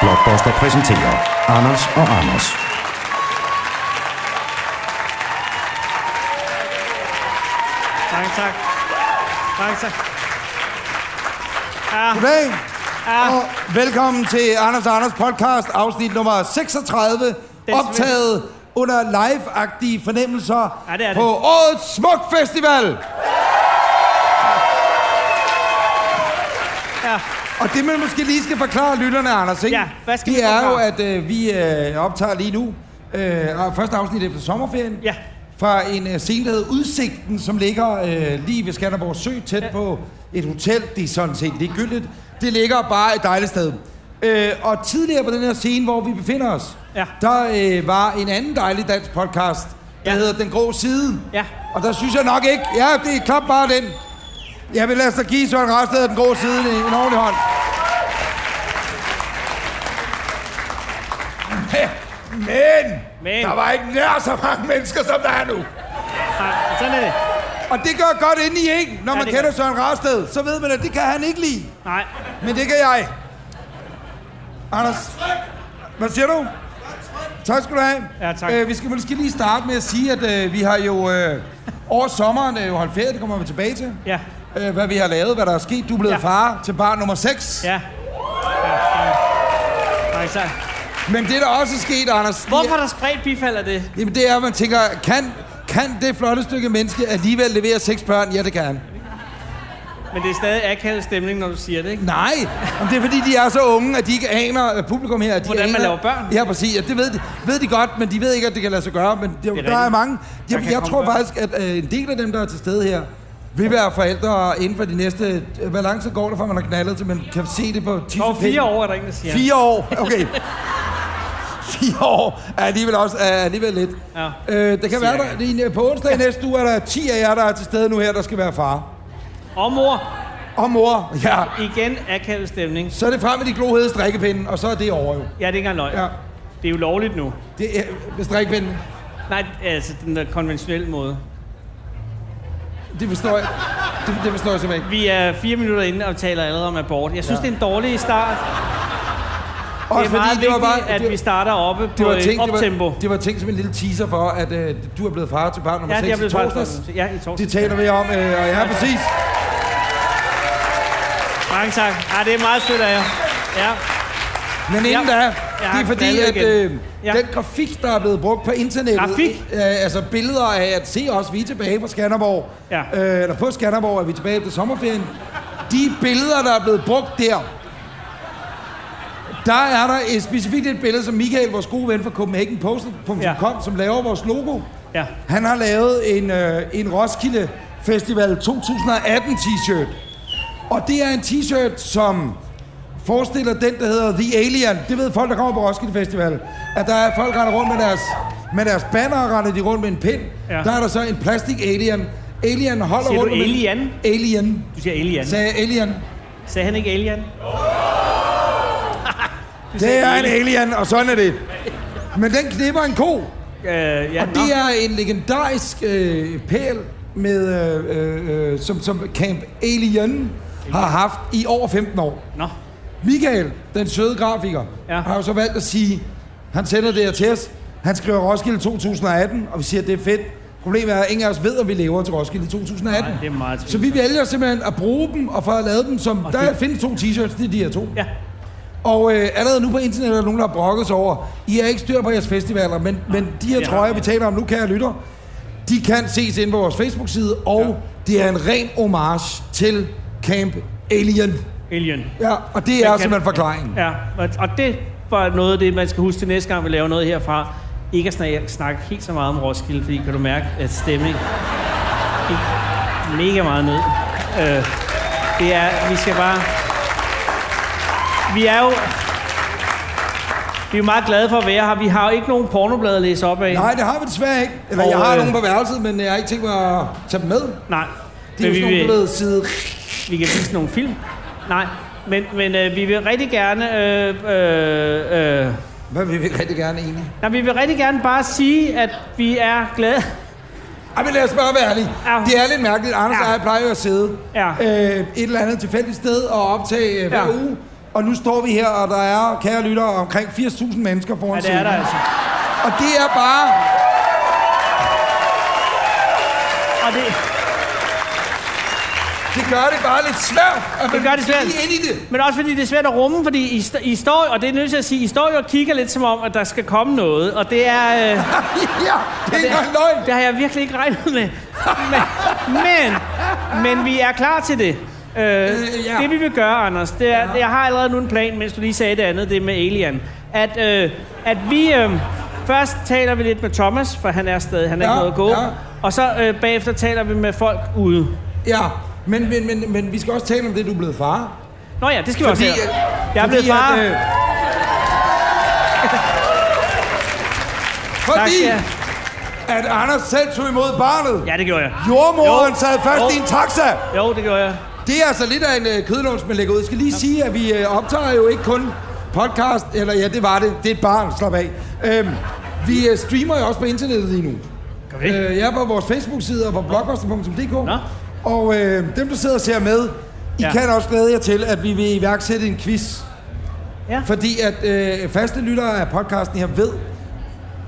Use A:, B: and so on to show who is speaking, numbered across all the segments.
A: Blockbuster præsenterer Anders og Anders.
B: Mange tak. Mange tak. Ja,
C: Goddag, og velkommen til Anders og Anders podcast, afsnit nummer 36,
B: Den
C: optaget under live-agtige fornemmelser
B: Ja, det er det.
C: på Årets Smuk Festival.
B: ja.
C: Og det, man måske lige skal forklare lytterne, Anders, ikke?
B: Ja, hvad skal
C: det
B: vi
C: er jo,
B: forklare?
C: at øh, vi øh, optager lige nu øh, og første afsnit efter sommerferien.
B: Ja.
C: Fra en øh, scene, der hedder Udsigten, som ligger øh, lige ved Skanderborg Sø, tæt
B: Ja.
C: ja. på et hotel. Det er sådan set ligegyldigt. Det ligger bare et dejligt sted. Øh, og tidligere på den her scene, hvor vi befinder os,
B: Ja.
C: der øh, var en anden dejlig dansk podcast, der
B: Ja.
C: ja. hedder Den Grå Side.
B: Ja.
C: Og der synes jeg nok ikke... Ja, det er klap bare den. Jeg vil lade os da give Søren Rasted af Den Grå Side en, en ordentlig hånd. Men,
B: Men.
C: der var ikke nær så mange mennesker, som der er nu.
B: ja, sådan er det.
C: Og det gør godt ind i en, når
B: Ja,
C: man
B: det
C: kender
B: gør.
C: Søren Rasted. Så ved man, at det kan han ikke lide.
B: Nej.
C: Men det kan jeg. Anders, hvad siger du? Tak skal du have.
B: Ja, tak.
C: Øh, vi skal måske lige starte med at sige, at øh, vi har jo øh, over sommeren øh, jo holdt ferie. Det kommer vi tilbage til.
B: Ja.
C: Øh, hvad vi har lavet, hvad der er sket. Du er blevet
B: Ja.
C: ja. far til barn nummer 6.
B: Ja. ja. ja. Mange tak.
C: Men det, der også er sket, Anders... det
B: Hvorfor er der spredt bifald af det?
C: Jamen det er, at man tænker, kan, kan det flotte stykke menneske alligevel levere seks børn? Ja, det kan han.
B: Men det er stadig akavet stemning, når du siger det, ikke?
C: Nej, men det er fordi, de er så unge, at de ikke aner øh, publikum her. De
B: Hvordan man
C: aner,
B: laver børn.
C: Ja, præcis. Ja, det ved de, ved de godt, men de ved ikke, at det kan lade sig gøre. Men det, det der er
B: rigtigt.
C: mange.
B: Der
C: Jeg,
B: kan
C: jeg
B: komme
C: tror
B: børn.
C: faktisk, at øh, en del af dem, der er til stede her, vil være forældre inden for de næste... øh, Hvor lang tid går det, før man har knaldet til, man kan se det på
B: Over
C: tissepinden?
B: fire år er der ingen, der siger.
C: Fire år, okay. Fire år er alligevel, også, er alligevel lidt.
B: Ja.
C: Øh, det kan være, der, det er- på onsdag i næste uge er der 10 af jer, der er til stede nu her, der skal være far.
B: Og mor.
C: Og mor, ja.
B: Igen akavet stemning.
C: Så er det frem med de glohede strikkepinde, og så er det over jo.
B: Ja, det er ikke engang løgn.
C: Ja.
B: Det er jo lovligt nu.
C: Det er, med strikkepinden,
B: Nej, altså den der konventionelle måde.
C: det forstår jeg. Det, det forstår jeg simpelthen ikke.
B: Vi er fire minutter inde og taler allerede om abort. Jeg synes, ja.
C: Ja.
B: det er en dårlig start.
C: Også
B: det er meget
C: fordi
B: vigtigt,
C: var
B: at
C: det,
B: vi starter oppe på
C: det var,
B: et
C: ting, det,
B: optempo.
C: var, det var ting som en lille teaser for, at øh, du er blevet far til barn nummer
B: ja,
C: 6
B: det er
C: i
B: blevet
C: torsdags.
B: faktisk. Ja, i torsdags.
C: Det taler vi om, øh, og ja, præcis.
B: Mange tak. Ja, det er meget sødt af jer. Ja,
C: Men inden
B: Ja.
C: da,
B: Jeg
C: det
B: har
C: er fordi,
B: knaldet
C: at
B: igen.
C: øh,
B: Ja.
C: den grafik, der er blevet brugt på internettet,
B: Grafik?
C: Øh, altså billeder af, at se os, vi er tilbage på Skanderborg,
B: Ja.
C: øh, eller på Skanderborg er vi tilbage efter sommerferien, de billeder, der er blevet brugt der, der er der et, specifikt et billede, som Michael, vores gode ven fra Copenhagen Post.com,
B: Ja.
C: ja. som laver vores logo.
B: ja.
C: Han har lavet en, øh, en Roskilde Festival 2018 t-shirt. Og det er en t-shirt, som forestiller den, der hedder The Alien. Det ved folk, der kommer på Roskilde Festival. At der er folk, der render rundt med deres, med deres banner, og render de rundt med en pind.
B: Ja.
C: Ja. Der er der så en plastik alien. Alien holder
B: Siger du
C: rundt med...
B: alien?
C: Alien.
B: Du siger alien. Sag...
C: Sagde jeg alien.
B: Sagde han ikke alien? Du
C: Det
B: sagde
C: er en alien, og sådan er det. Men den knipper en ko.
B: Øh, ja,
C: Og det er en legendarisk øh, pæl, med, øh, øh, øh, som, som Camp Alien har haft i over 15 år.
B: Nå.
C: Michael, den søde grafiker,
B: Ja.
C: ja. har jo så valgt at sige, han sender det her til os, han skriver Roskilde 2018, og vi siger, at det er fedt. Problemet er, at ingen af os ved, om vi lever til Roskilde 2018.
B: Nej, det er meget
C: så vi vælger simpelthen at bruge dem, og for at lave dem som... der
B: det-
C: findes to t-shirts, det er de her to.
B: Ja.
C: Og øh, allerede nu på internettet er der nogen, der har brokket sig over, I har ikke styr på jeres festivaler, men, men de her
B: Ja.
C: trøjer, vi taler om nu, kære lytter, de kan ses inde på vores Facebook-side, og ja. det er en ren homage til Camp Alien.
B: Alien.
C: Ja, og det er
B: kan-
C: simpelthen forklaringen.
B: Ja, og, og det var noget af det, man skal huske til næste gang, vi laver noget herfra. Ikke at snakke, snakke helt så meget om Roskilde, fordi kan du mærke, at stemning gik mega meget ned. Øh, det er, vi skal bare... Vi er jo... Vi er jo meget glade for at være her. Vi har jo ikke nogen pornoblade at læse op af.
C: Nej, det har vi desværre ikke. Eller
B: Og,
C: og, jeg
B: øh,
C: har øh... nogen på værelset, men jeg har ikke tænkt mig at tage dem med.
B: Nej.
C: Det er
B: Men
C: jo
B: vi
C: sådan nogle,
B: vil-
C: du ved, side...
B: vi kan vise nogle film. Nej, men, men øh, vi vil rigtig gerne... Øh, øh, øh,
C: Hvad vil vi rigtig gerne egentlig?
B: nej, vi vil rigtig gerne bare sige, at vi er glade.
C: Ej, men lad os bare være ærlige.
B: Ja.
C: Det er lidt mærkeligt. Anders
B: Ja.
C: og jeg plejer jo at sidde
B: Ja.
C: øh, et eller andet tilfældigt sted og optage øh, hver
B: Ja.
C: uge. Og nu står vi her, og der er, kære lyttere, omkring 80.000 mennesker foran
B: Ja, det er
C: scenen.
B: der altså.
C: Og det er bare...
B: Og det,
C: Det gør det bare lidt svært. At
B: det
C: man
B: gør det
C: skal
B: svært.
C: lige ind i det.
B: Men også fordi det er svært at rumme, fordi I, st- I står, og det er nødt til at sige, I står jo og kigger lidt som om, at der skal komme noget, og det er... Øh,
C: ja, det er ikke engang løgn.
B: Det har jeg virkelig ikke regnet med. Men, men, men vi er klar til det. Øh,
C: ja.
B: Det vi vil gøre, Anders, det er, jeg har allerede nu en plan, mens du lige sagde det andet, det med Alien. At, øh, at vi... Øh, først taler vi lidt med Thomas, for han er stadig, han er
C: Ja,
B: ikke noget at gå.
C: ja.
B: Og så øh, bagefter taler vi med folk ude.
C: Ja, men, men, men, men vi skal også tale om det, du er blevet far.
B: Nå ja, det skal vi også
C: øh,
B: have. Jeg er blevet
C: fordi
B: far.
C: At, øh... fordi
B: Tak,
C: at Anders selv tog imod barnet. Ja.
B: Ja, det gjorde jeg.
C: Jordmoren
B: Jo.
C: sad først
B: Jo.
C: i en taxa.
B: Jo, det gjorde jeg.
C: Det er altså lidt af en øh, kødlån, som man lægger ud. Jeg skal lige sige, at vi øh, optager jo ikke kun podcast, eller ja, det var det. Det er et barn, slap af. Øhm, vi øh, streamer jo også på internettet lige nu.
B: Gør vi?
C: Øh, jeg er på vores Facebook-side og på blogposter.dk.
B: Nå.
C: Og øh, dem, der sidder og ser med, I
B: Ja.
C: ja. kan også glæde jer til, at vi vil iværksætte en quiz.
B: Ja.
C: Fordi at øh, faste lyttere af podcasten her ved,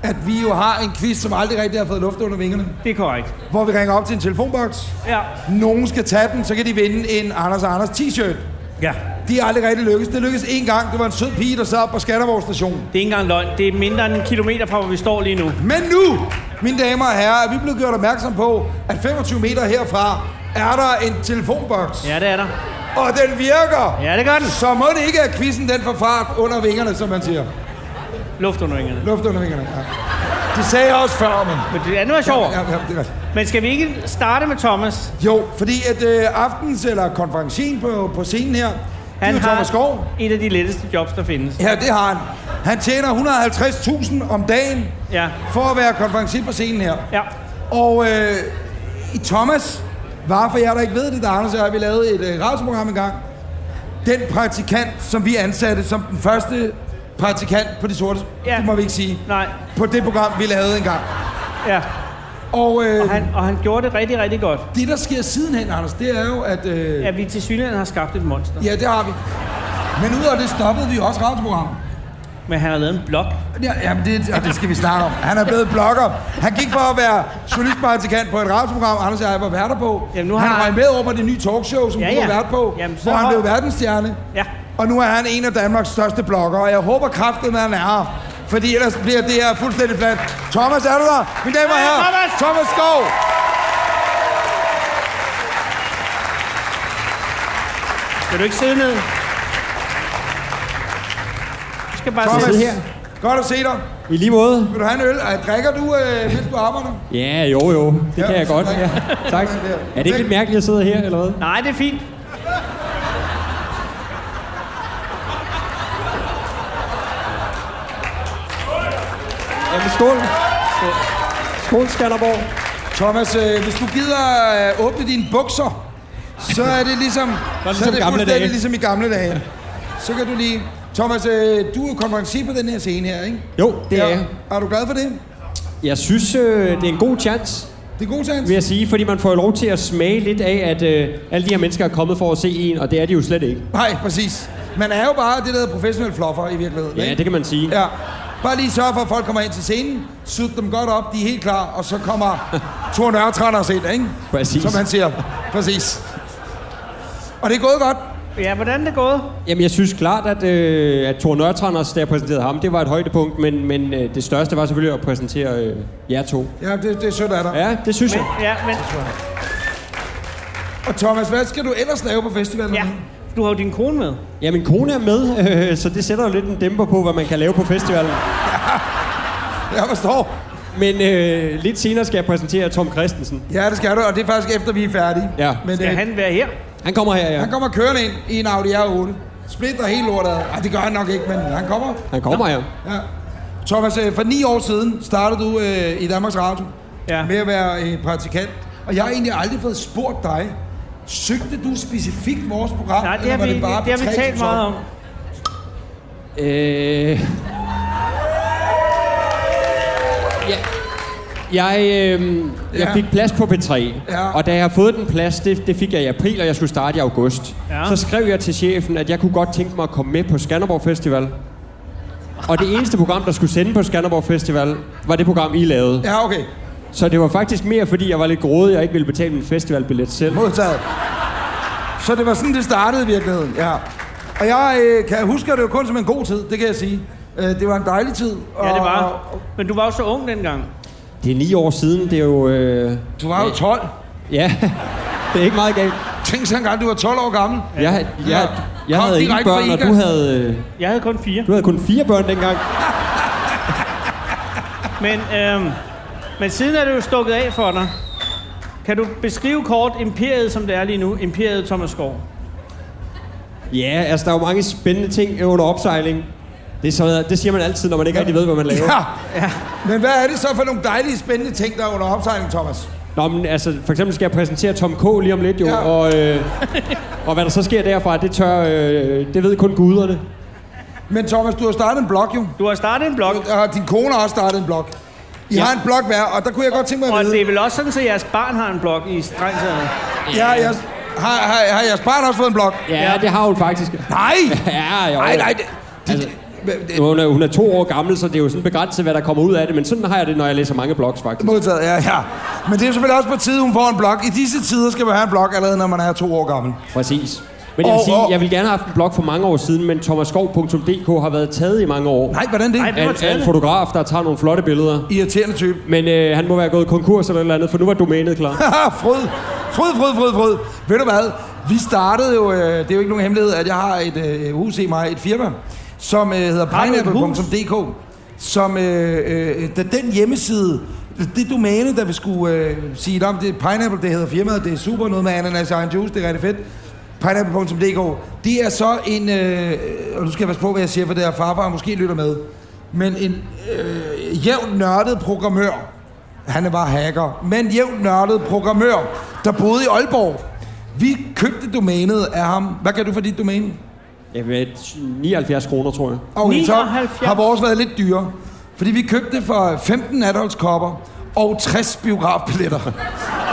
C: at vi jo har en quiz, som aldrig rigtig har fået luft under vingerne.
B: Det er korrekt.
C: Hvor vi ringer op til en telefonboks.
B: Ja.
C: Nogen skal tage den, så kan de vinde en Anders og Anders t-shirt.
B: Ja.
C: Det er aldrig rigtig lykkedes. Det lykkedes én gang. Det var en sød pige, der sad op på Skanderborg station.
B: Det er ikke engang løgn. Det er mindre end en kilometer fra, hvor vi står lige nu.
C: Men nu, mine damer og herrer, er vi blevet gjort opmærksom på, at 25 meter herfra er der en telefonboks.
B: Ja, det er der.
C: Og den virker!
B: Ja, det gør den.
C: Så må det ikke, at quizzen den får fart under vingerne, som man siger.
B: Luftundringerne.
C: Luft under vingerne, ja. Det sagde jeg også før, men...
B: Men det andet er sjovt.
C: Ja, ja, det er rigtigt.
B: Men skal vi ikke starte med Thomas?
C: jo, fordi at øh, aftens, eller konferencen på, på scenen her, han
B: Han
C: det er
B: har
C: jo Thomas Skov.
B: et af de letteste jobs, der findes.
C: Ja, det har han. Han tjener 150.000 om dagen
B: Ja.
C: for at være konferencen på scenen her.
B: Ja.
C: Og øh, i Thomas var, for jer der ikke ved det, der er Anders og jeg, vi lavede et øh, radioprogram engang. Den praktikant, som vi ansatte som den første praktikant på de sorte,
B: Ja.
C: ja. det må vi ikke sige,
B: Nej.
C: på det program, vi lavede engang.
B: Ja.
C: Og, øh,
B: Og
C: og han...
B: han, og han gjorde det rigtig, rigtig godt.
C: det, der sker sidenhen, Anders, det er jo, at... Øh,
B: Ja, vi til synligheden har skabt et monster.
C: ja, det har vi. Men ud af det stoppede vi jo også radioprogrammet.
B: Men han har lavet en blog.
C: Ja, jamen det, og det skal vi snakke om. Han er blevet blogger. Han gik fra at være journalistpraktikant på et radioprogram, Anders og jeg var værter på.
B: Jamen, nu
C: han
B: har-
C: røg med over på det nye talkshow, som
B: Ja,
C: ja, du
B: ja.
C: var vært på,
B: Jamen,
C: jamen,
B: så
C: hvor han
B: hold-
C: blev verdensstjerne.
B: Ja.
C: Og nu er han en af Danmarks største bloggere, og jeg håber kraftigt, at han er her. Fordi ellers bliver det her fuldstændig flat. Thomas, er du der? Mine damer og
B: Ja,
C: herrer,
B: Thomas!
C: Thomas Skov!
B: Skal du ikke sidde ned? Du skal bare
C: Thomas,
B: sidde
C: her. godt at se dig.
D: I lige måde?
C: Vil du have en øl? Ej, drikker du, øh, mens du arbejder?
D: Ja, jo jo. Det
C: Ja,
D: kan jeg
C: så
D: godt.
C: tak.
D: Ja. Tak.
C: Sådan der.
D: Er det ikke lidt mærkeligt at sidde her, eller hvad?
B: Nej, det er fint.
D: Jamen, skål. Skål, Skanderborg.
C: Thomas, øh, hvis du gider øh, åbne dine bukser, så er det ligesom,
D: ligesom
C: så er det
D: gamle
C: fuldstændig
D: dage.
C: ligesom i gamle dage. Så kan du lige... Thomas, øh, du er jo konferencier på den her scene her, ikke?
D: Jo, det er jeg.
C: Er du glad for det?
D: Jeg synes, øh, det er en god chance,
C: Det er god sans?
D: vil jeg sige, fordi man får jo lov til at smage lidt af, at øh, alle de her mennesker er kommet for at se en, og det er de jo slet ikke.
C: Nej, præcis. Man er jo bare det, der hedder professionel fluffer i virkeligheden,
D: Ja,
C: ikke?
D: det kan man sige.
C: Ja. Bare lige sørge for, at folk kommer ind til scenen, sut dem godt op, de er helt klar, og så kommer Thor Nørretranders ind, ikke?
D: Præcis.
C: Som han siger. Præcis. Og det er gået godt.
B: Ja, hvordan er det gået?
D: Jamen, jeg synes klart, at, øh, at Thor Nørtranders, da jeg præsenterede ham, det var et højdepunkt, men, men øh, det største var selvfølgelig at præsentere øh, jer to.
C: Ja, det, det er sødt af dig.
D: Ja, det synes
B: Men,
D: jeg.
B: ja, men,
C: Og Thomas, hvad skal du ellers lave på festivalen?
B: ja. Du har jo din kone med.
D: Ja, min kone er med, øh, så det sætter jo lidt en dæmper på, hvad man kan lave på festivalen.
C: Jeg forstår.
D: Men øh, lidt senere skal jeg præsentere Tom Christensen.
C: Ja, det skal du, og det er faktisk efter, vi er færdige.
D: Ja.
C: Men
B: Skal
C: øh,
B: han være her?
D: Han kommer her, ja.
C: han kommer kørende ind i en Audi R8. Splitter helt lortet. ad. Ej, det gør han nok ikke, men han kommer.
D: Han kommer her.
C: Ja. Thomas, øh, for ni år siden startede du øh, i Danmarks Radio
B: Ja.
C: med at være øh, praktikant. Og jeg har egentlig aldrig fået spurgt dig, søgte du specifikt vores program?
B: Nej, det
C: eller
B: har
C: var
B: vi,
C: bare
B: det har vi
C: betalt
B: talt
C: som
B: meget om.
C: sådan?
D: Øh... Ja. Jeg, øh, jeg
C: Ja.
D: fik plads på P3,
C: Ja.
D: og da jeg har fået den plads, det, det fik jeg i april, og jeg skulle starte i august.
B: Ja.
D: Så skrev jeg til chefen, at jeg kunne godt tænke mig at komme med på Skanderborg Festival. Og det eneste program, der skulle sende på Skanderborg Festival, var det program, I lavede.
C: Ja, okay.
D: Så det var faktisk mere, fordi jeg var lidt grådig og ikke ville betale min festivalbillet selv.
C: Modtaget. Så det var sådan, det startede i virkeligheden, ja. Og jeg øh, kan huske det jo kun som en god tid, det kan jeg sige. Øh, det var en dejlig tid. Og,
B: Ja, det
C: og-
B: var. Men du var jo så ung dengang.
D: Det er ni år siden, det er jo... Øh...
C: Du var jo 12.
D: Ja, det er ikke meget galt.
C: Tænk så engang, du var 12 år gammel.
D: Jeg, jeg, jeg
C: Kom
D: havde ingen
C: direkte fra
D: børn, og
C: Ikast.
D: du havde, øh,
B: Jeg havde kun fire.
D: du havde kun fire børn dengang.
B: Men, øhm, men siden er det jo stukket af for dig. Kan du beskrive kort imperiet, som det er lige nu? Imperiet Thomas Skov.
D: Ja, altså der er jo mange spændende ting under opsejling. Det, er sådan, det siger man altid, når man ikke rigtig ved, hvad man laver.
C: Ja. ja. Men hvad er det så for nogle dejlige, spændende ting, der er under opsejling, Thomas?
D: Nå, men altså, for eksempel skal jeg præsentere Tom K. lige om lidt, jo.
C: Ja.
D: Ja. Og, øh, og hvad der så sker derfra, det tør... Øh, det ved kun guderne.
C: Men Thomas, du har startet en blog jo.
B: Du har startet en blog,
C: Og din kone har også startet en blog. I ja. har en blog hver, og der kunne jeg godt tænke mig
B: og
C: at
B: det er
C: vide.
B: vel også sådan, at jeres barn har en blog i strengt taget.
C: Ja, jeg, har, har, har jeres barn også fået en blog?
D: Ja, det har hun faktisk.
C: Nej!
D: Ja, jo.
C: Nej, nej. Det, det,
D: Altså,
C: det, det,
D: Hun er, hun er to år gammel, så det er jo sådan begrænset, hvad der kommer ud af det. Men sådan har jeg det, når jeg læser mange blogs, faktisk.
C: modtaget, ja, ja. Men det er selvfølgelig også på tide, hun får en blog. I disse tider skal man have en blog allerede, når man er to år gammel.
D: Præcis. Men jeg vil
C: Og-
D: sige,
C: og-
D: jeg ville gerne have haft en blog for mange år siden, men thomaskov.dk har været taget i mange år.
C: Nej, hvordan det?
B: Nej,
C: Nej,
B: det var
D: Af, af en
B: taget.
D: fotograf, der tager nogle flotte billeder.
C: Irriterende type.
D: Men øh, han må være gået konkurs eller noget andet, for nu var domænet klar.
C: Haha, frød. Frød, frød, frød, frød. Ved du hvad? Vi startede jo, øh, det er jo ikke nogen hemmelighed, at jeg har et øh, hus i mig, et firma, som øh, hedder
B: Har du et hus?
C: pineapple.dk, som øh, øh, da den hjemmeside, det domæne, der vi skulle øh, sige om, det er pineapple, det hedder firmaet, det er super noget med ananas og egen juice, det er rigtig fedt. Pineapple.dk, det er så en, øh, og nu skal jeg passe på, hvad jeg siger, for det er farfar, måske lytter med, men en øh, jævnt nørdet programmør, han var hacker, men jævnt nørdet programmør, der boede i Aalborg. Vi købte domænet af ham. Hvad kan du for dit domæne?
D: Jamen, 79 kroner, tror jeg.
C: Okay, så
B: 79.
C: har vores været lidt dyre. Fordi vi købte det for 15 natholdskopper og 60 biografbilletter.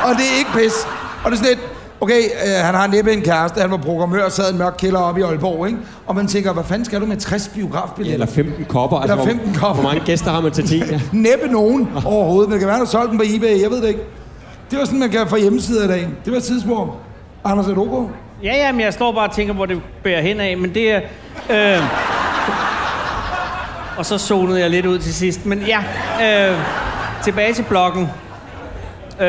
C: og det er ikke pis. Og det er sådan lidt, okay, øh, han har næppe en kæreste, han var programmør og sad i en mørk kælder oppe i Aalborg, ikke? Og man tænker, hvad fanden skal du med 60
D: Ja,
C: biografbilletter?
D: eller 15 kopper. altså,
C: Eller 15
D: hvor,
C: kopper.
D: Hvor mange gæster har man til 10? Ja.
C: næppe nogen overhovedet. Men det kan være, at solgte den på eBay. Jeg ved det ikke. Det var sådan, man kan få hjemmesider i dag. Det var et tidsspor. Anders, er du okay?
B: Ja, ja, men jeg står bare og tænker, hvor det bærer hen af, men det er... Øh... Og så zonede jeg lidt ud til sidst, men ja, øh, tilbage til bloggen. Øh,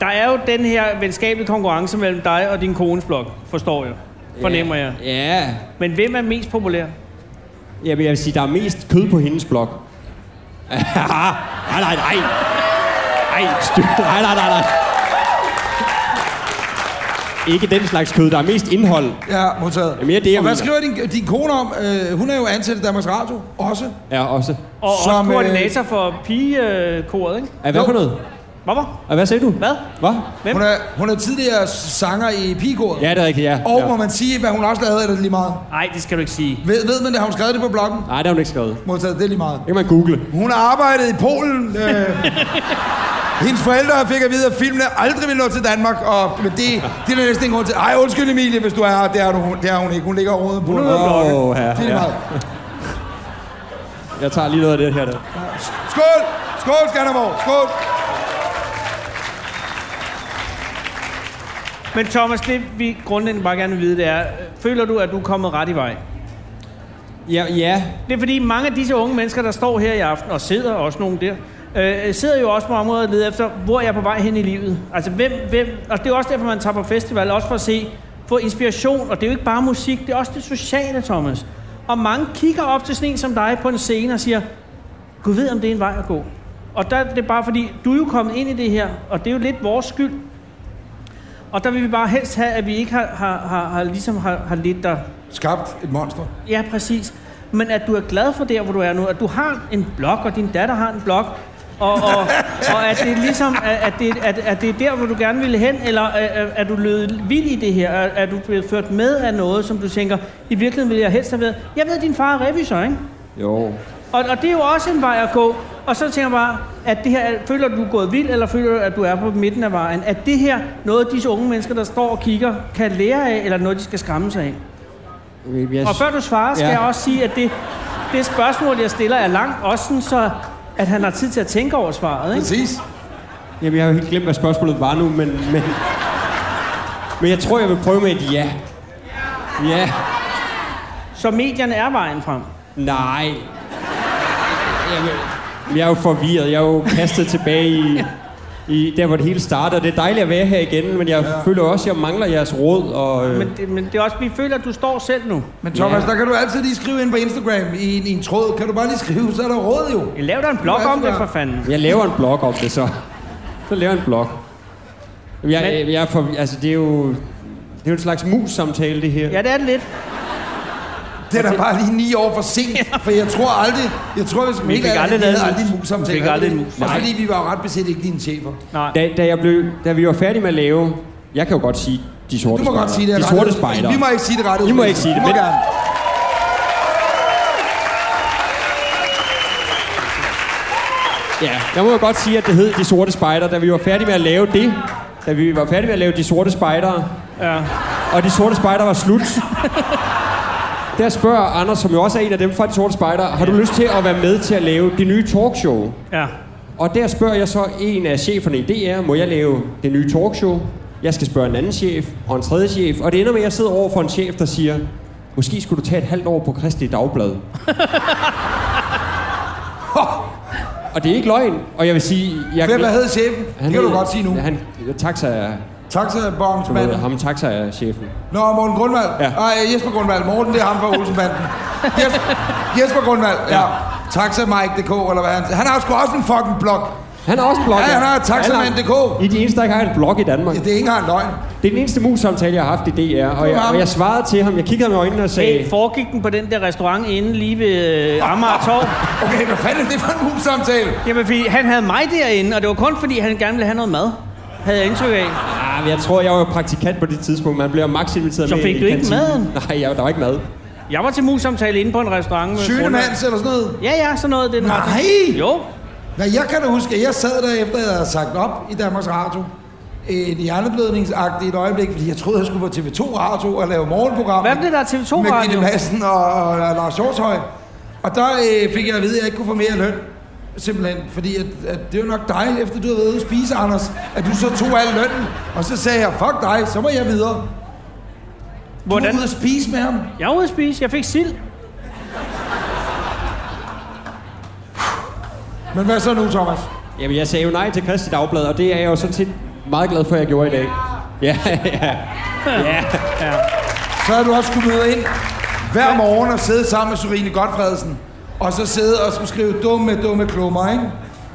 B: der er jo den her venskabelige konkurrence mellem dig og din kones blog, forstår jeg. Fornemmer jeg.
D: Ja.
B: Men hvem er mest populær?
D: Jamen, jeg vil sige, der er mest kød på hendes blog. nej, nej, nej. Nej, styr. Nej, nej, nej, nej. Ikke den slags kød. Der er mest indhold.
C: Ja, modtaget.
D: Jamen, ja, det er
C: og hvad
D: jeg
C: skriver din, din kone om? Øh, hun er jo ansat i Danmarks Radio. Også.
D: Ja, også.
B: Og Som, også
C: Som, øh,
B: koordinator for pigekoret, ikke?
D: Er hvad
C: Jo.
D: for noget?
B: Hvorfor?
D: Og hvad sagde du?
B: Hvad?
D: Hvad?
B: Hvem?
C: Hun er, hun er tidligere sanger i Pigården.
D: Ja, det er rigtigt, ja.
C: Og
D: ja.
C: må man sige, hvad hun også lavede, er det lige meget.
B: Nej, det skal du ikke sige.
C: Ved, ved man det? Har hun skrevet det på bloggen?
D: Nej, det har hun ikke skrevet.
C: Modtaget, det er lige meget.
D: Det kan man google.
C: Hun har arbejdet i Polen. Øh, hendes forældre fik at vide, at filmene aldrig ville nå til Danmark. Og men det, det er der næsten ingen grund til. Ej, undskyld Emilie, hvis du er her. Det er, du, det er hun ikke. Hun ligger overhovedet på. Hun
D: Åh, ja,
C: Det er lige
D: ja.
C: meget.
D: Jeg tager lige noget af det her. Der.
C: Skål! Skål, Skanderborg! Skål!
B: Men Thomas, det vi grundlæggende bare gerne vil vide, det er, øh, føler du, at du er kommet ret i vej?
D: Ja, ja.
B: Det er fordi mange af disse unge mennesker, der står her i aften, og sidder også nogen der, øh, sidder jo også på området og leder efter, hvor jeg er på vej hen i livet. Altså hvem, hvem, og det er også derfor, man tager på festival, også for at se, få inspiration, og det er jo ikke bare musik, det er også det sociale, Thomas. Og mange kigger op til sådan en som dig på en scene og siger, Gud ved, om det er en vej at gå. Og der er det bare fordi, du er jo kommet ind i det her, og det er jo lidt vores skyld. Og der vil vi bare helst have, at vi ikke har, har, har, har ligesom har, har lidt dig
C: Skabt et monster.
B: Ja, præcis. Men at du er glad for der, hvor du er nu, at du har en blog, og din datter har en blog, og, og, og at det er ligesom, at, at, det, at, at det er der, hvor du gerne ville hen, eller er, er- er du løbet vild i det her? Er, er du blevet ført med af noget, som du tænker, i virkeligheden ville jeg helst have været... Jeg ved, at din far er revisor, ikke?
D: Jo.
B: Og, og det er jo også en vej at gå. Og så tænker jeg bare, at det her, er- føler du, du er gået vild, eller føler du, at du er på midten af vejen? At det her noget, disse unge mennesker, der står og kigger, kan lære af, eller noget, de skal skræmme sig af?
D: Jeg,
B: Og før du svarer, skal
D: Altså- Ja.
B: ja. jeg også sige, at det, det spørgsmål, jeg stiller, er langt, også sådan så, at han har tid til at tænke over svaret. Ikke?
C: Præcis.
D: jamen, jeg har jo helt glemt, hvad spørgsmålet var nu, men... Men, men jeg tror, jeg vil prøve med et ja. Ja.
B: Så medierne er vejen frem.
D: Nej. Jamen, jeg er jo forvirret. Jeg er jo kastet tilbage i, i der, hvor det hele starter. Det er dejligt at være her igen, men jeg ja. føler også, at jeg mangler jeres råd. Og, øh,
B: Men det, men det er også, vi føler, at du står selv nu.
C: Men Thomas,
D: Ja.
C: der kan du altid lige skrive ind på Instagram i en, i en tråd. Kan du bare lige skrive, så er der råd jo.
B: Lav dig en blog om det, for fanden.
D: Jeg laver en blog om det så. Så laver jeg en blog. Jamen, Jeg,
B: Men-
D: jeg, er for, altså, det er jo... Det er jo en slags mus-samtale, det her.
B: Ja, det er det lidt.
C: Det er da bare lige ni år for sent, for jeg tror aldrig, jeg tror, hvis
B: Vi
C: helt
B: fik
C: ærligt,
B: aldrig
C: vi
B: lavet
C: havde
B: en
C: aldrig en
B: mus.
C: mus om
B: Vi
C: det.
B: fik aldrig en mus.
C: Også
B: Nej.
C: fordi vi var jo ret beset ikke dine chefer.
B: Nej.
D: Da, da, jeg blev, da vi var færdige med at lave... Jeg kan jo godt sige de sorte
C: Du må godt
D: spejdere.
C: sige det.
D: De
C: rette
D: sorte
C: ud.
D: spejder.
C: Vi må ikke sige det rette.
D: I må
C: ud.
D: ikke sige det,
C: Du må
D: men-
C: gerne.
D: Ja, jeg må jo godt sige, at det hed De Sorte Spejder, da vi var færdige med at lave det. Da vi var færdige med at lave De Sorte Spejdere.
B: Ja.
D: Og De Sorte Spejder var slut. Der spørger Anders, som jo også er en af dem fra De Sorte Spejder, har du lyst til at være med til at lave det nye talkshow?
B: Ja.
D: Og der spørger jeg så en af cheferne i DR, må jeg lave det nye talkshow? Jeg skal spørge en anden chef og en tredje chef, og det ender med, at jeg sidder over for en chef, der siger, måske skulle du tage et halvt år på Kristelig Dagblad. og det er ikke løgn, og jeg vil sige... Jeg
C: Hvem hvad hed chefen? Det kan du godt sige nu.
D: Han, taxa,
C: Tak til
D: du ved,
C: Borgensmanden.
D: ham taxa er chefen.
C: Nå, Morten Grundvald.
D: Ja.
C: Nej, Jesper Grundvald. Morten, det er ham fra Olsenbanden. Jesper, Jesper Grundvald, ja. Taxamike.dk, eller hvad han Han har sgu også en fucking blog.
D: Han er også blogger.
C: Ja, han har taxamand.dk.
D: I er de eneste, der ikke har et blog i Danmark.
C: Ja, det er ikke engang løgn.
D: Det er den eneste mus-samtale, jeg har haft i DR, og jeg,
C: ham.
D: og jeg svarede til ham. Jeg kiggede ham i øjnene og sagde...
B: Hey, foregik den på den der restaurant inde lige ved øh, Amager Torv?
C: Okay, hvad fanden er det for en mus-samtale?
B: Jamen, fordi han havde mig derinde, og det var kun fordi, han gerne ville have noget mad. Havde jeg indtryk af.
D: Ah, men jeg tror, jeg var praktikant på det tidspunkt. Man bliver max inviteret
B: Så
D: med
B: fik
D: i
B: du ikke
D: kantinen.
B: maden?
D: Nej, jeg, der var ikke mad.
B: Jeg var til musamtale inde på en restaurant. med Grundvald.
C: Synemands eller sådan noget.
B: Ja, ja, sådan noget. Det er den
C: Nej!
B: retning. Jo.
C: Nej, jeg kan da huske, at jeg sad der efter, jeg havde sagt op i Danmarks Radio. En hjerneblødningsagtig et øjeblik, fordi jeg troede, jeg skulle på TV2 Radio og lave morgenprogram.
B: Hvad blev der af TV2
C: Med Gitte
B: Radio?
C: Madsen og, og, og Lars Hjortøj. Og der øh, fik jeg at vide, at jeg ikke kunne få mere løn. Simpelthen, fordi at, at det var nok dig, efter du havde været ude at spise, Anders, at du så tog al lønnen. Og så sagde jeg, fuck dig, så må jeg videre.
B: Hvordan?
C: Du er ude at spise med ham.
B: Jeg var ude at spise. Jeg fik sild.
C: Men hvad så nu, Thomas?
D: Jamen, jeg sagde jo nej til Kristi Dagblad, og det er jeg jo sådan set meget glad for, at jeg gjorde i dag. Ja, ja. ja.
C: Så havde du også skulle møde ind hver morgen og sidde sammen med Sorine Godfredsen. Og så sidde og skulle skrive dumme, dumme klummer, ikke?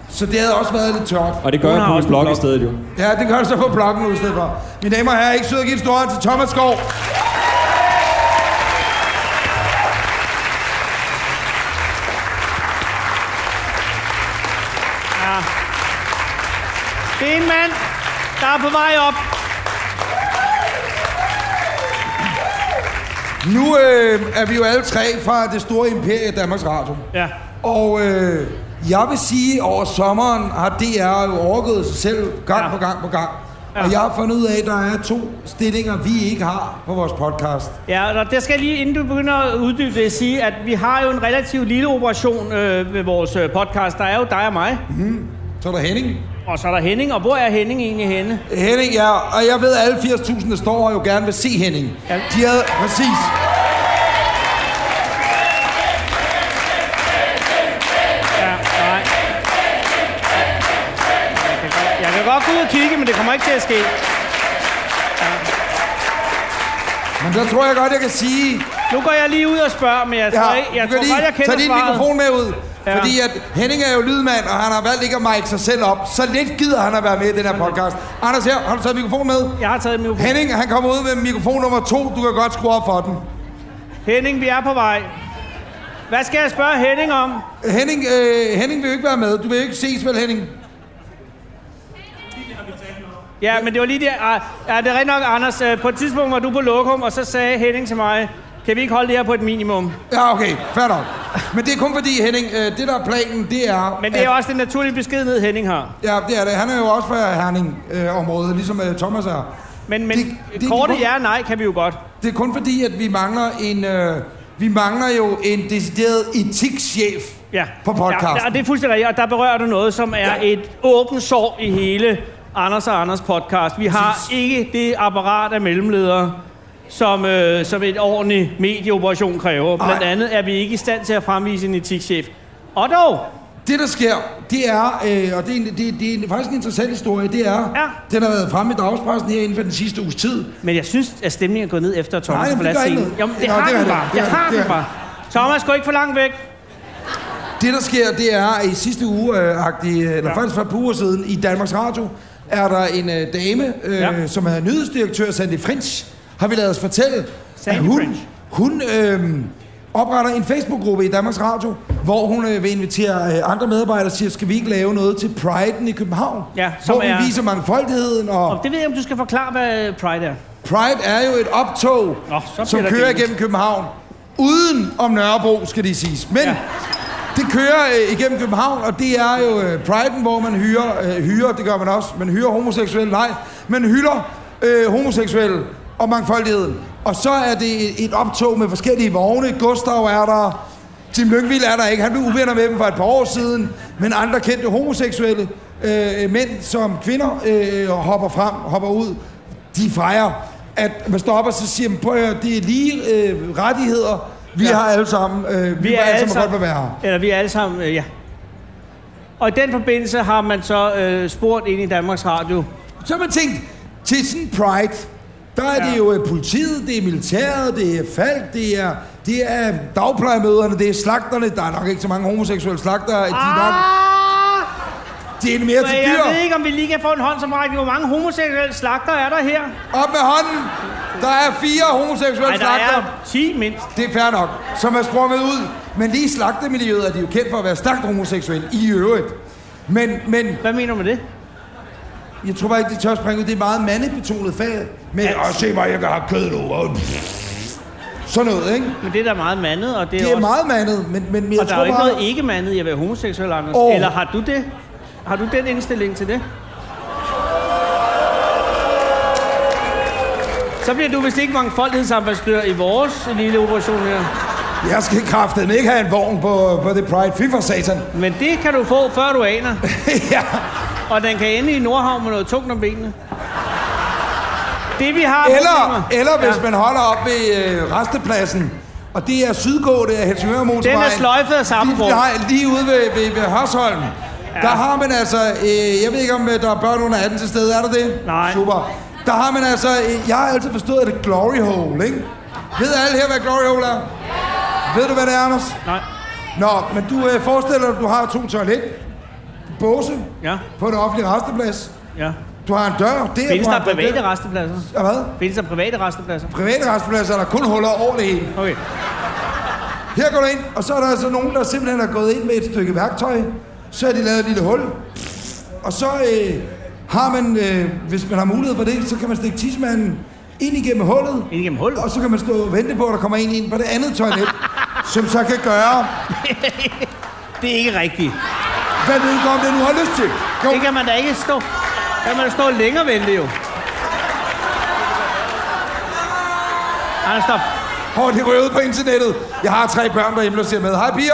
C: Så det havde også været lidt tørt.
D: Og det gør
B: Hun
D: jeg
B: har
D: på min
B: også en
D: blog
B: blog.
D: i stedet jo.
C: Ja, det gør du så på bloggen nu i stedet for. Mine damer og herrer, ikke søde at give en stor hånd til Thomas Skov.
B: Det er en mand, der er på vej op.
C: Nu øh, er vi jo alle tre fra det store imperie Danmarks Radio.
B: Ja.
C: Og øh, jeg vil sige, over sommeren har DR jo overgået sig selv gang
B: Ja.
C: ja. på gang på gang.
B: Ja.
C: Ja. Og jeg har fundet ud af, at der er to stillinger, vi ikke har på vores podcast.
B: Ja, og der skal jeg lige, inden du begynder at uddybe det, sige, at vi har jo en relativt lille operation øh, med vores øh, podcast. Der er jo dig og mig,
C: Så er der Henning.
B: og så er der Henning. Og hvor er Henning egentlig henne?
C: Henning, ja, og jeg ved, at alle 80.000, der står her, jo gerne vil se Henning.
B: Ja.
C: Ja. De havde, præcis.
B: Ja, nej. Jeg kan godt- Jeg kan godt gå ud og kigge, men det kommer ikke til at ske.
C: Men der tror jeg godt, jeg kan sige...
B: Nu går jeg lige ud og spørger, men jeg tror, ikke, jeg
C: du kan
B: tror godt, jeg kender
C: tage din
B: svaret.
C: mikrofon med ud.
B: Ja.
C: Ja. Fordi at Henning er jo lydmand, og han har valgt ikke at mic sig selv op. Så lidt gider han at være med i den her podcast. Anders her, har du taget mikrofon med?
B: Jeg har taget mikrofonen. Henning.
C: Henning, han kommer ud med mikrofon nummer to. Du kan godt skrue op for den.
B: Henning, vi er på vej. Hvad skal jeg spørge Henning om?
C: Henning, øh, Henning vil jo ikke være med. Du vil jo ikke ses, vel Henning?
B: Ja, men det var lige der. Ah, Ja, det er rigtig nok, Anders. Øh, På et tidspunkt var du på lokum, og så sagde Henning til mig, kan vi ikke holde det her på et minimum?
C: Ja, okay. Fair nok. Men det er kun fordi, Henning, øh, det der er planen, det er...
B: Men det er
C: at-
B: også den naturlige beskedenhed, Henning har.
C: Ja, det er det. Han er jo også fra Herning-området, ligesom øh, Thomas er.
B: Men, men
C: Det-
B: det,
C: det-
B: korte ja og nej kan vi jo godt.
C: Det er kun fordi, at vi mangler en... Øh, vi mangler jo en decideret etikchef
B: Ja.
C: på podcasten.
B: Ja, og det er fuldstændig rigtigt, og der berører du noget, som er ja. et åbent sår i hele Anders og Anders podcast. Vi har ikke det apparat af mellemledere, som, øh, som et ordentligt medieoperation kræver. Blandt
C: Ej.
B: andet er vi ikke i stand til at fremvise en etikchef. Og dog,
C: Det, der sker, det er, øh, og det er, en, det, det er en, faktisk en interessant historie, det er,
B: Ja.
C: den har været fremme i dagspressen her inden for den sidste uges tid.
B: men jeg synes, at stemningen er gået ned efter at Thomas
C: Nej,
B: har
C: men det
B: forladt
C: gør ikke
B: scenen.
C: noget.
B: Jamen, det
C: Nå,
B: har
C: det gør
B: den
C: det.
B: bare. Det
C: Det gør
B: har
C: det.
B: den
C: Det gør
B: bare. Thomas, gå ikke for langt væk.
C: Det, der sker, det er, at i sidste uge, øh, agtig, øh, eller
B: Ja.
C: faktisk for et par uger siden, i Danmarks Radio, er der en øh, dame, øh,
B: Ja.
C: ja. som er nyhedsdirektør, Sandy Frinch, har vi lavet os fortælle,
B: Sandy
C: at hun,
B: Frinch.
C: hun øh, opretter en Facebook-gruppe i Danmarks Radio, hvor hun øh, vil invitere øh, andre medarbejdere og siger, skal vi ikke lave noget til Pride'en i København?
B: Ja, som
C: som hvor
B: er-
C: vi viser mangfoldigheden og...
B: Og det ved jeg, om du skal forklare, hvad øh, Pride er.
C: Pride er jo et optog,
B: Nå, så bliver
C: som
B: der
C: kører
B: delt.
C: igennem København. Uden om Nørrebro, skal de siges. Men
B: Ja.
C: ja. det kører øh, igennem København, og det er jo øh, Pride'en, hvor man hyrer, øh, hyrer, det gør man også, man hyrer homoseksuelle, nej, man hylder øh, homoseksuelle og mangfoldigheden. Og så er det et, et optog med forskellige vogne. Gustav er der, Tim Lyngvild er der ikke, han blev uvenner med dem for et par år siden, men andre kendte homoseksuelle øh, mænd som kvinder øh, hopper frem, hopper ud de fejrer, at man står op og så siger, man, prøv at høre, det er lige øh, rettigheder. Vi
B: Ja.
C: ja. har alle sammen, øh, vi, vi
B: Vi
C: må
B: er alle
C: sammen godt
B: sammen,
C: må være her.
B: eller vi er alle sammen, øh, ja. Og i den forbindelse har man så øh, spurgt ind i Danmarks Radio.
C: Så har man tænkt, til sådan en pride, der er
B: Ja.
C: ja. det jo øh, politiet, det er militæret, det er falk, det er, det er dagplejemøderne, det er slagterne. Der er nok ikke så mange homoseksuelle slagter. Ah! De er nok,
B: Ah,
C: det er mere til
B: jeg ved
C: dyr.
B: ikke, om vi lige kan få en håndsomrækning. Hvor mange homoseksuelle slagter er der her?
C: Op med hånden. Der er fire homoseksuelle
B: Nej, der
C: slagter.
B: er 10 mindst.
C: Det er fair nok, som er sprunget ud. Men lige i slagtemiljøet er de jo kendt for at være stærkt homoseksuelle i øvrigt. Men, men
B: Hvad mener du med det?
C: jeg tror bare ikke, de tør springe ud. Det er meget mandebetonet fag. Men,
B: Ja.
C: og se mig, jeg har kød nu. og Sådan noget, ikke?
B: Men det er da meget mandet, og det er,
C: Det er
B: også...
C: meget mandet, men, men jeg
B: og der er
C: tror
B: jo ikke
C: bare...
B: noget ikke mandet i at være homoseksuel, Anders.
C: Åh.
B: Eller har du det? Har du den indstilling til det? Så bliver du vist ikke mangfoldighedsambassadør i vores lille operation her.
C: Jeg skal kraftedeme ikke have en vogn på, på det Pride. Fy for satan.
B: Men det kan du få, før du aner.
C: ja.
B: Og den kan ende i Nordhavn med noget tungt om benene. Det vi har...
C: Eller, eller hvis
B: Ja.
C: man holder op ved øh, restepladsen, og det er sydgående af Helsingør
B: Den
C: Motorvejen.
B: er sløjfet af samme
C: Lige, nej, lige ude ved, ved, ved Hørsholm. Ja. Der har man altså, øh, jeg ved ikke om øh, der er børn under 18 til stede, er der det?
B: Nej.
C: Super. Der har man altså, øh, jeg har altid forstået, at det er glory hole, ikke? Ved alle her, hvad glory hole er? Ved du, hvad det er, Anders?
B: Nej.
C: Nå, men du øh, forestiller dig, at du har to toilet, båse,
B: Ja,
C: på en offentlig resteplads.
B: ja.
C: Du har en dør, det er...
B: Findes
C: du har
B: der
C: en balkon.
B: private restepladser?
C: Ja, hvad?
B: Findes der private restepladser?
C: Private restepladser er der kun huller over det hele.
B: Okay.
C: Her går du ind, og så er der altså nogen, der simpelthen har gået ind med et stykke værktøj. Så har de lavet et lille hul. Og så øh, har man, øh, hvis man har mulighed for det, så kan man stikke tidsmanden ind igennem hullet.
B: Ind igennem hullet?
C: Og så kan man stå og vente på, at der kommer en ind på det andet toilet, som så kan gøre,
B: Det er ikke rigtigt.
C: hvad vedkommende nu har lyst til. Jo,
B: Det kan man da ikke stå... Kan man da stå længere og vente jo. Anders, stop.
C: Hov, det ryger ud på internettet. Jeg har tre børn derhjemme, der ser med. Hej piger.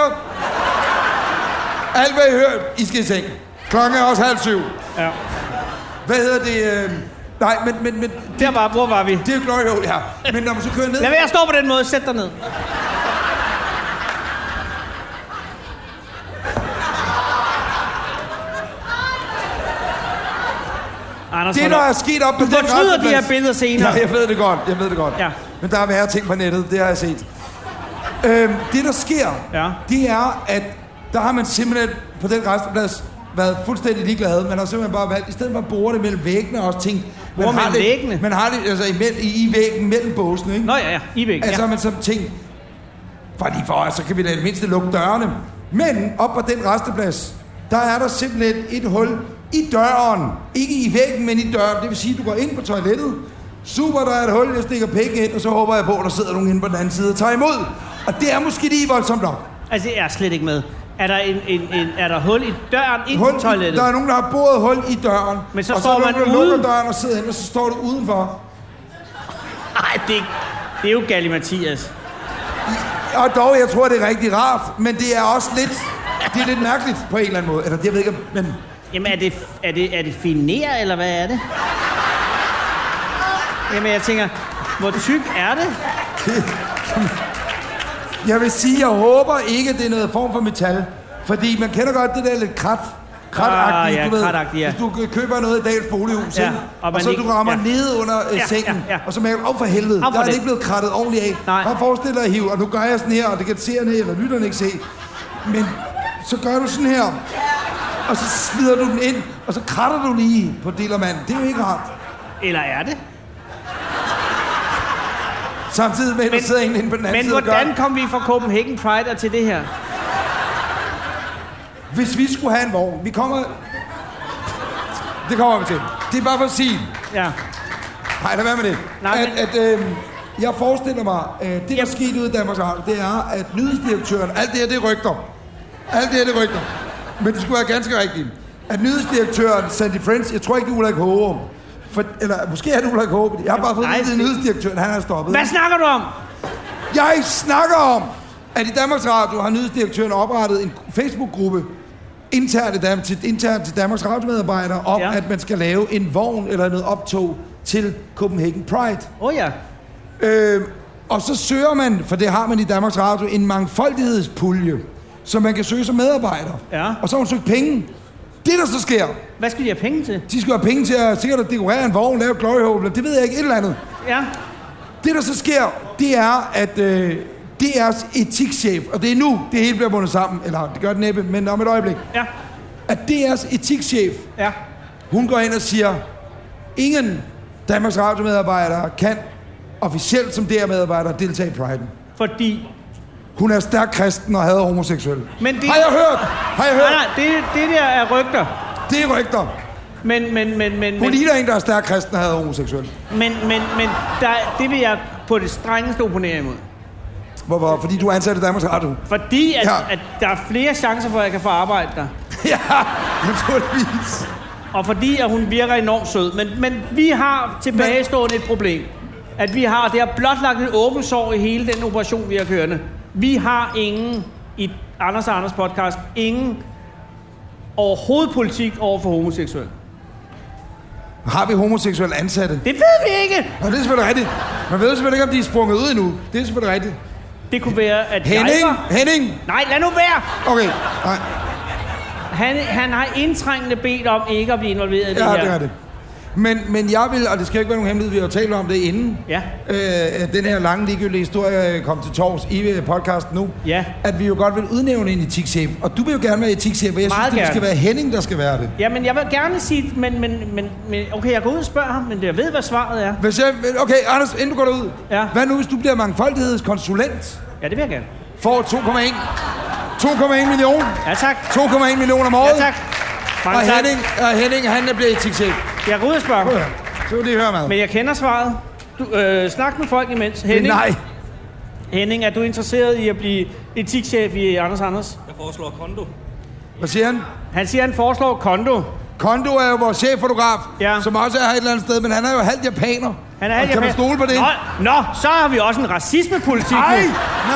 C: Alt hvad I hører, I skal i seng. Klokken er også halv syv.
B: Ja.
C: Hvad hedder det? Øh... Nej, men, men, men
B: Der var, hvor var vi?
C: Det er jo glory hole, ja. Men når man så kører ned...
B: Lad være at stå på den måde. Sæt dig ned. Anders,
C: Det,
B: hold
C: der
B: op.
C: er sket op
B: Du
C: på
B: fortryder de
C: rasteplads-
B: her billeder senere.
C: Ja, jeg ved det godt, jeg ved det godt.
B: Ja.
C: Men der er værre ting på nettet, det har jeg set. Øhm, det, der sker,
B: Ja.
C: det er, at der har man simpelthen på den resteplads været fuldstændig ligeglad. Man har simpelthen bare valgt, i stedet for at bore det mellem væggene, også tænkt...
B: Bore
C: har
B: mellem
C: det,
B: væggene?
C: Man har det altså i, mell- i, i væggen mellem båsene, ikke?
B: Nå ja, ja. I væk.
C: Altså,
B: ja.
C: ja. man så tænkt, fordi for så kan vi da i det mindste lukke dørene. Men op på den resteplads, der er der simpelthen et hul i døren. Ikke i væggen, men i døren. Det vil sige, at du går ind på toilettet. Super, der er et hul, jeg stikker penge ind, og så håber jeg på, at der sidder nogen inde på den anden side og tager imod. Og det er måske lige voldsomt nok.
B: Altså, jeg er slet ikke med. Er der, en, en, en, er der hul i døren ind
C: Hul
B: til
C: i,
B: toilettet?
C: der er nogen, der har boret hul i døren.
B: Men så
C: og
B: står
C: så er der
B: man
C: nogen, der lukker
B: ude.
C: døren og sidder hen, og så står du udenfor.
B: Nej, det, er ikke- det er jo Galli Mathias.
C: Og dog, jeg tror, det er rigtig rart, men det er også lidt... Det er lidt mærkeligt på en eller anden måde. Eller det, jeg ved ikke, om- men...
B: Jamen, er det, er det, er det finere, eller hvad er det? Jamen, jeg tænker, hvor tyk er det?
C: Jeg vil sige, jeg håber ikke, det er noget form for metal. Fordi man kender godt det der lidt krat. Kratagtigt,
B: Ah, ja,
C: du ved.
B: kratagtigt, ja.
C: Hvis du øh, køber noget i Dals Bolighus,
B: Ja,
C: ja,
B: og
C: og,
B: man
C: og så
B: ikke-
C: du rammer
B: ja.
C: ja. ned under øh,
B: Ja,
C: sengen,
B: ja, ja.
C: og så mærker du, åh for helvede,
B: Af for
C: der er det
B: det."
C: ikke blevet krattet ordentligt af.
B: Nej.
C: Bare forestil dig at hive, og nu gør jeg sådan her, og det kan seerne eller lytterne ikke se. Men så gør du sådan her, og så smider du den ind, og så kratter du lige på delermanden. Det er jo ikke rart.
B: Eller er det?
C: Samtidig med, at der sidder en inde på den anden
B: Men
C: side og gør
B: hvordan kom vi fra Copenhagen Pride og til det her?
C: Hvis vi skulle have en vogn, vi kommer... Det kommer vi til. Det er bare for at sige...
B: Ja.
C: Nej, lad være med det.
B: Nej,
C: at,
B: men-
C: at, øh, jeg forestiller mig, øh, det der
B: Jamen.
C: skete ude i Danmarks Radio, det er, at nyhedsdirektøren... Alt det her, det er rygter. Alt det her, det er rygter. Men det skulle være ganske rigtigt. At nyhedsdirektøren Sandy Friends... Jeg tror ikke, det er Ulrik Hågerum. For, eller måske er det Ulrik Hågerum. Jeg har bare fået
B: nej,
C: at vide, at
B: det-
C: nyhedsdirektøren, han er stoppet.
B: Hvad snakker du om?
C: Jeg snakker om, at i Danmarks Radio har nyhedsdirektøren oprettet en Facebook-gruppe internt, i Dan- til, internt til Danmarks Radio-medarbejdere om,
B: Ja.
C: ja. at man skal lave en vogn eller noget optog til Copenhagen Pride.
B: Åh oh, ja.
C: Øh, og så søger man, for det har man i Danmarks Radio, en mangfoldighedspulje, som man kan søge som medarbejder.
B: Ja.
C: Og så har hun søgt penge. Det, der så sker,
B: Hvad skal de have penge til?
C: de skal have penge til at sikkert at dekorere en vogn, lave glory hole, eller det ved jeg ikke, et eller andet.
B: Ja.
C: Det, der så sker, det er, at øh, DR's etikchef, og det er nu, det hele bliver bundet sammen, eller det gør det næppe, men om et øjeblik,
B: Ja.
C: at DR's etikchef,
B: Ja.
C: hun går ind og siger, ingen Danmarks Radio-medarbejdere kan officielt som DR-medarbejdere deltage i Pride'en.
B: Fordi...
C: Hun er stærk kristen og hader homoseksuelle.
B: Men det-
C: Har jeg hørt? Har jeg
B: Nej,
C: hørt?
B: nej, det, det der er rygter.
C: Det er rygter.
B: Men, men, men, men,
C: Hun
B: men,
C: ligner en, der er stærk kristen og hader homoseksuelle.
B: men, men, men der, det vil jeg på det strengeste oponere imod.
C: Hvorfor? Fordi du er ansat i Danmarks Radio.
B: Fordi at, ja.
C: Ja.
B: at der er flere chancer for, at jeg kan få arbejde der.
C: ja, naturligvis.
B: Og fordi at hun virker enormt sød. Men, men vi har tilbagestående et problem. At vi har, det har blotlagt et åbent sår i hele den operation, vi har kørende. Vi har ingen, i Anders og Anders podcast, ingen overhovedet politik over for homoseksuelle.
C: Har vi homoseksuelle ansatte?
B: Det ved vi ikke!
C: Og det er selvfølgelig rigtigt. Man ved selvfølgelig ikke, om de er sprunget ud endnu. Det er selvfølgelig rigtigt.
B: Det kunne være, at jeg
C: Henning!
B: var...
C: Henning!
B: Nej, lad nu være!
C: Okay, nej.
B: Han, han har indtrængende bedt om ikke at blive involveret i det
C: Ja,
B: her.
C: det er det. Men, men jeg vil, og det skal ikke være nogen hemmelighed, vi har jo talt om det inden,
B: Ja.
C: øh, at den her lange, ligegyldige historie øh, kom til tors i øh, podcasten nu,
B: Ja.
C: at vi jo godt vil udnævne en etikchef. Og du vil jo gerne være etikchef, og jeg
B: Meget
C: synes, det
B: gerne.
C: skal være Henning, der skal være det.
B: Jamen, jeg vil gerne sige, men, men, men, men okay, jeg går ud og spørger ham, men jeg ved, hvad svaret er.
C: Hvis jeg, okay, Anders, inden du går derud.
B: Ja.
C: Hvad nu, hvis du bliver mangfoldighedskonsulent?
B: Ja, det vil jeg gerne.
C: Får 2,1 2,1 millioner.
B: Ja, tak.
C: 2,1 millioner om året.
B: Ja, tak. Mange
C: Og
B: tak.
C: Henning, og Henning, han bliver etikchef.
B: Jeg går ud og
C: Prøv at
B: spørger.
C: høre. Så vil de høre, mad.
B: Men jeg kender svaret. Du, øh, snak med folk imens. Henning,
C: Nej.
B: Henning, er du interesseret i at blive etikchef i Anders Anders?
E: Jeg foreslår kondo.
C: Hvad siger han?
B: Han siger, han foreslår kondo.
C: Kondo er jo vores cheffotograf,
B: Ja.
C: ja. som også er her et eller andet sted, men han er jo halvt japaner.
B: Han er
C: og
B: halvt
C: kan man
B: japaner.
C: stole på det?
B: Nå, nå, så har vi også en racismepolitik nu.
C: Ej!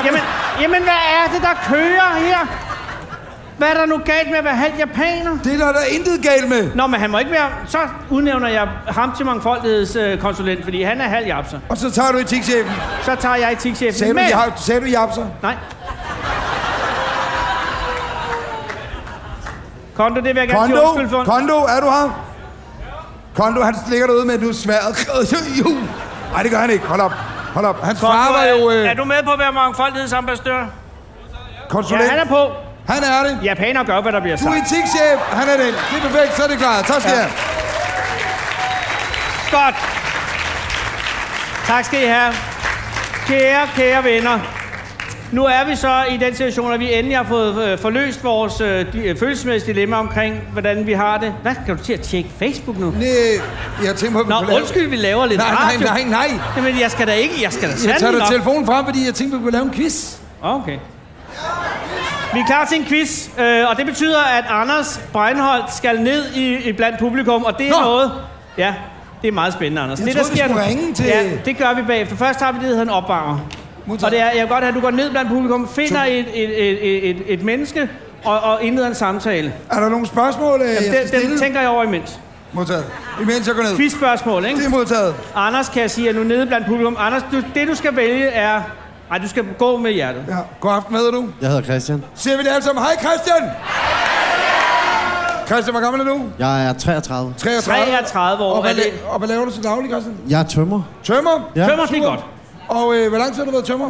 B: Jamen, jamen, hvad er det, der kører her? Hvad er der nu galt med at være halvt japaner?
C: Det er der, der er intet galt med.
B: Nå, men han må ikke være... Så udnævner jeg ham til mangfoldighedskonsulent, fordi han er halv japser.
C: Og så tager du etikchefen.
B: Så tager jeg etikchefen.
C: Sagde,
B: Men-
C: du, ja, sagde du japser?
B: Nej. Kondo, det vil jeg gerne sige
C: Kondo,
B: undskyld for.
C: Kondo, er du her? Kondo, han ligger derude med, at du er sværet. Nej, det gør han ikke. Hold op. Hold op. Hans
B: Kondo,
C: far var
B: er-
C: jo øh,
B: Er du med på at være mangfoldighedsambassadør? Ja,
C: konsulent.
B: han er på.
C: han er det.
B: Japaner gør, hvad der bliver
C: Du er
B: sagt.
C: etikchef. Han er det. Det er perfekt. Så er det klart. Tak skal
B: Ja.
C: jeg.
B: Godt. Tak skal I have. Kære, kære venner. Nu er vi så i den situation, at vi endelig har fået øh, forløst vores øh, di- øh, følelsesmæssige dilemma omkring, hvordan vi har det. Hvad skal du til at tjekke Facebook nu?
C: Nej, jeg tænker på, at vi
B: Nå,
C: kunne lave-
B: undskyld, vi laver lidt
C: Nej, nej,
B: radio.
C: nej, nej.
B: Jamen, jeg skal da ikke. Jeg skal da
C: Jeg tager
B: sandelig
C: da
B: nok.
C: telefonen frem, fordi jeg tænkte, vi kunne lave en quiz.
B: Okay. Ah, Vi er klar til en quiz, øh, og det betyder, at Anders Breinholt skal ned i, i blandt publikum, og det er
C: Nå.
B: Nå. noget... Ja, det er meget spændende, Anders.
C: Jeg
B: det,
C: troede, vi skulle ringe til-
B: Ja, det gør vi bagefter. Først har vi det, der hedder en opvarmer.
C: Modtaget.
B: Og det er, jeg vil godt have, at du går ned blandt publikum, finder et, et, et, et, et menneske og, og indleder en samtale.
C: Er der nogle spørgsmål, øh, jeg skal
B: Det,
C: stille?
B: den tænker jeg over imens.
C: Modtaget. Imens jeg går ned.
B: Quizspørgsmål, ikke?
C: Det er modtaget.
B: Anders, kan jeg sige, er nu nede blandt publikum. Anders, du, det du skal vælge er... Ej, du skal gå med hjertet.
C: Ja. God aften, hvad hedder du?
E: Jeg hedder Christian.
C: Siger vi det alle sammen. Hej Christian! Christian, hvor gammel er du?
E: Jeg er 33.
C: 33.
B: 33 år.
C: Og hvad,
B: er det...
C: la- og hvad laver du til daglig, Christian?
E: Jeg er tømmer.
C: Tømmer?
E: Ja.
B: Tømmer, det er godt.
C: Og øh, hvor lang tid har du været tømmer?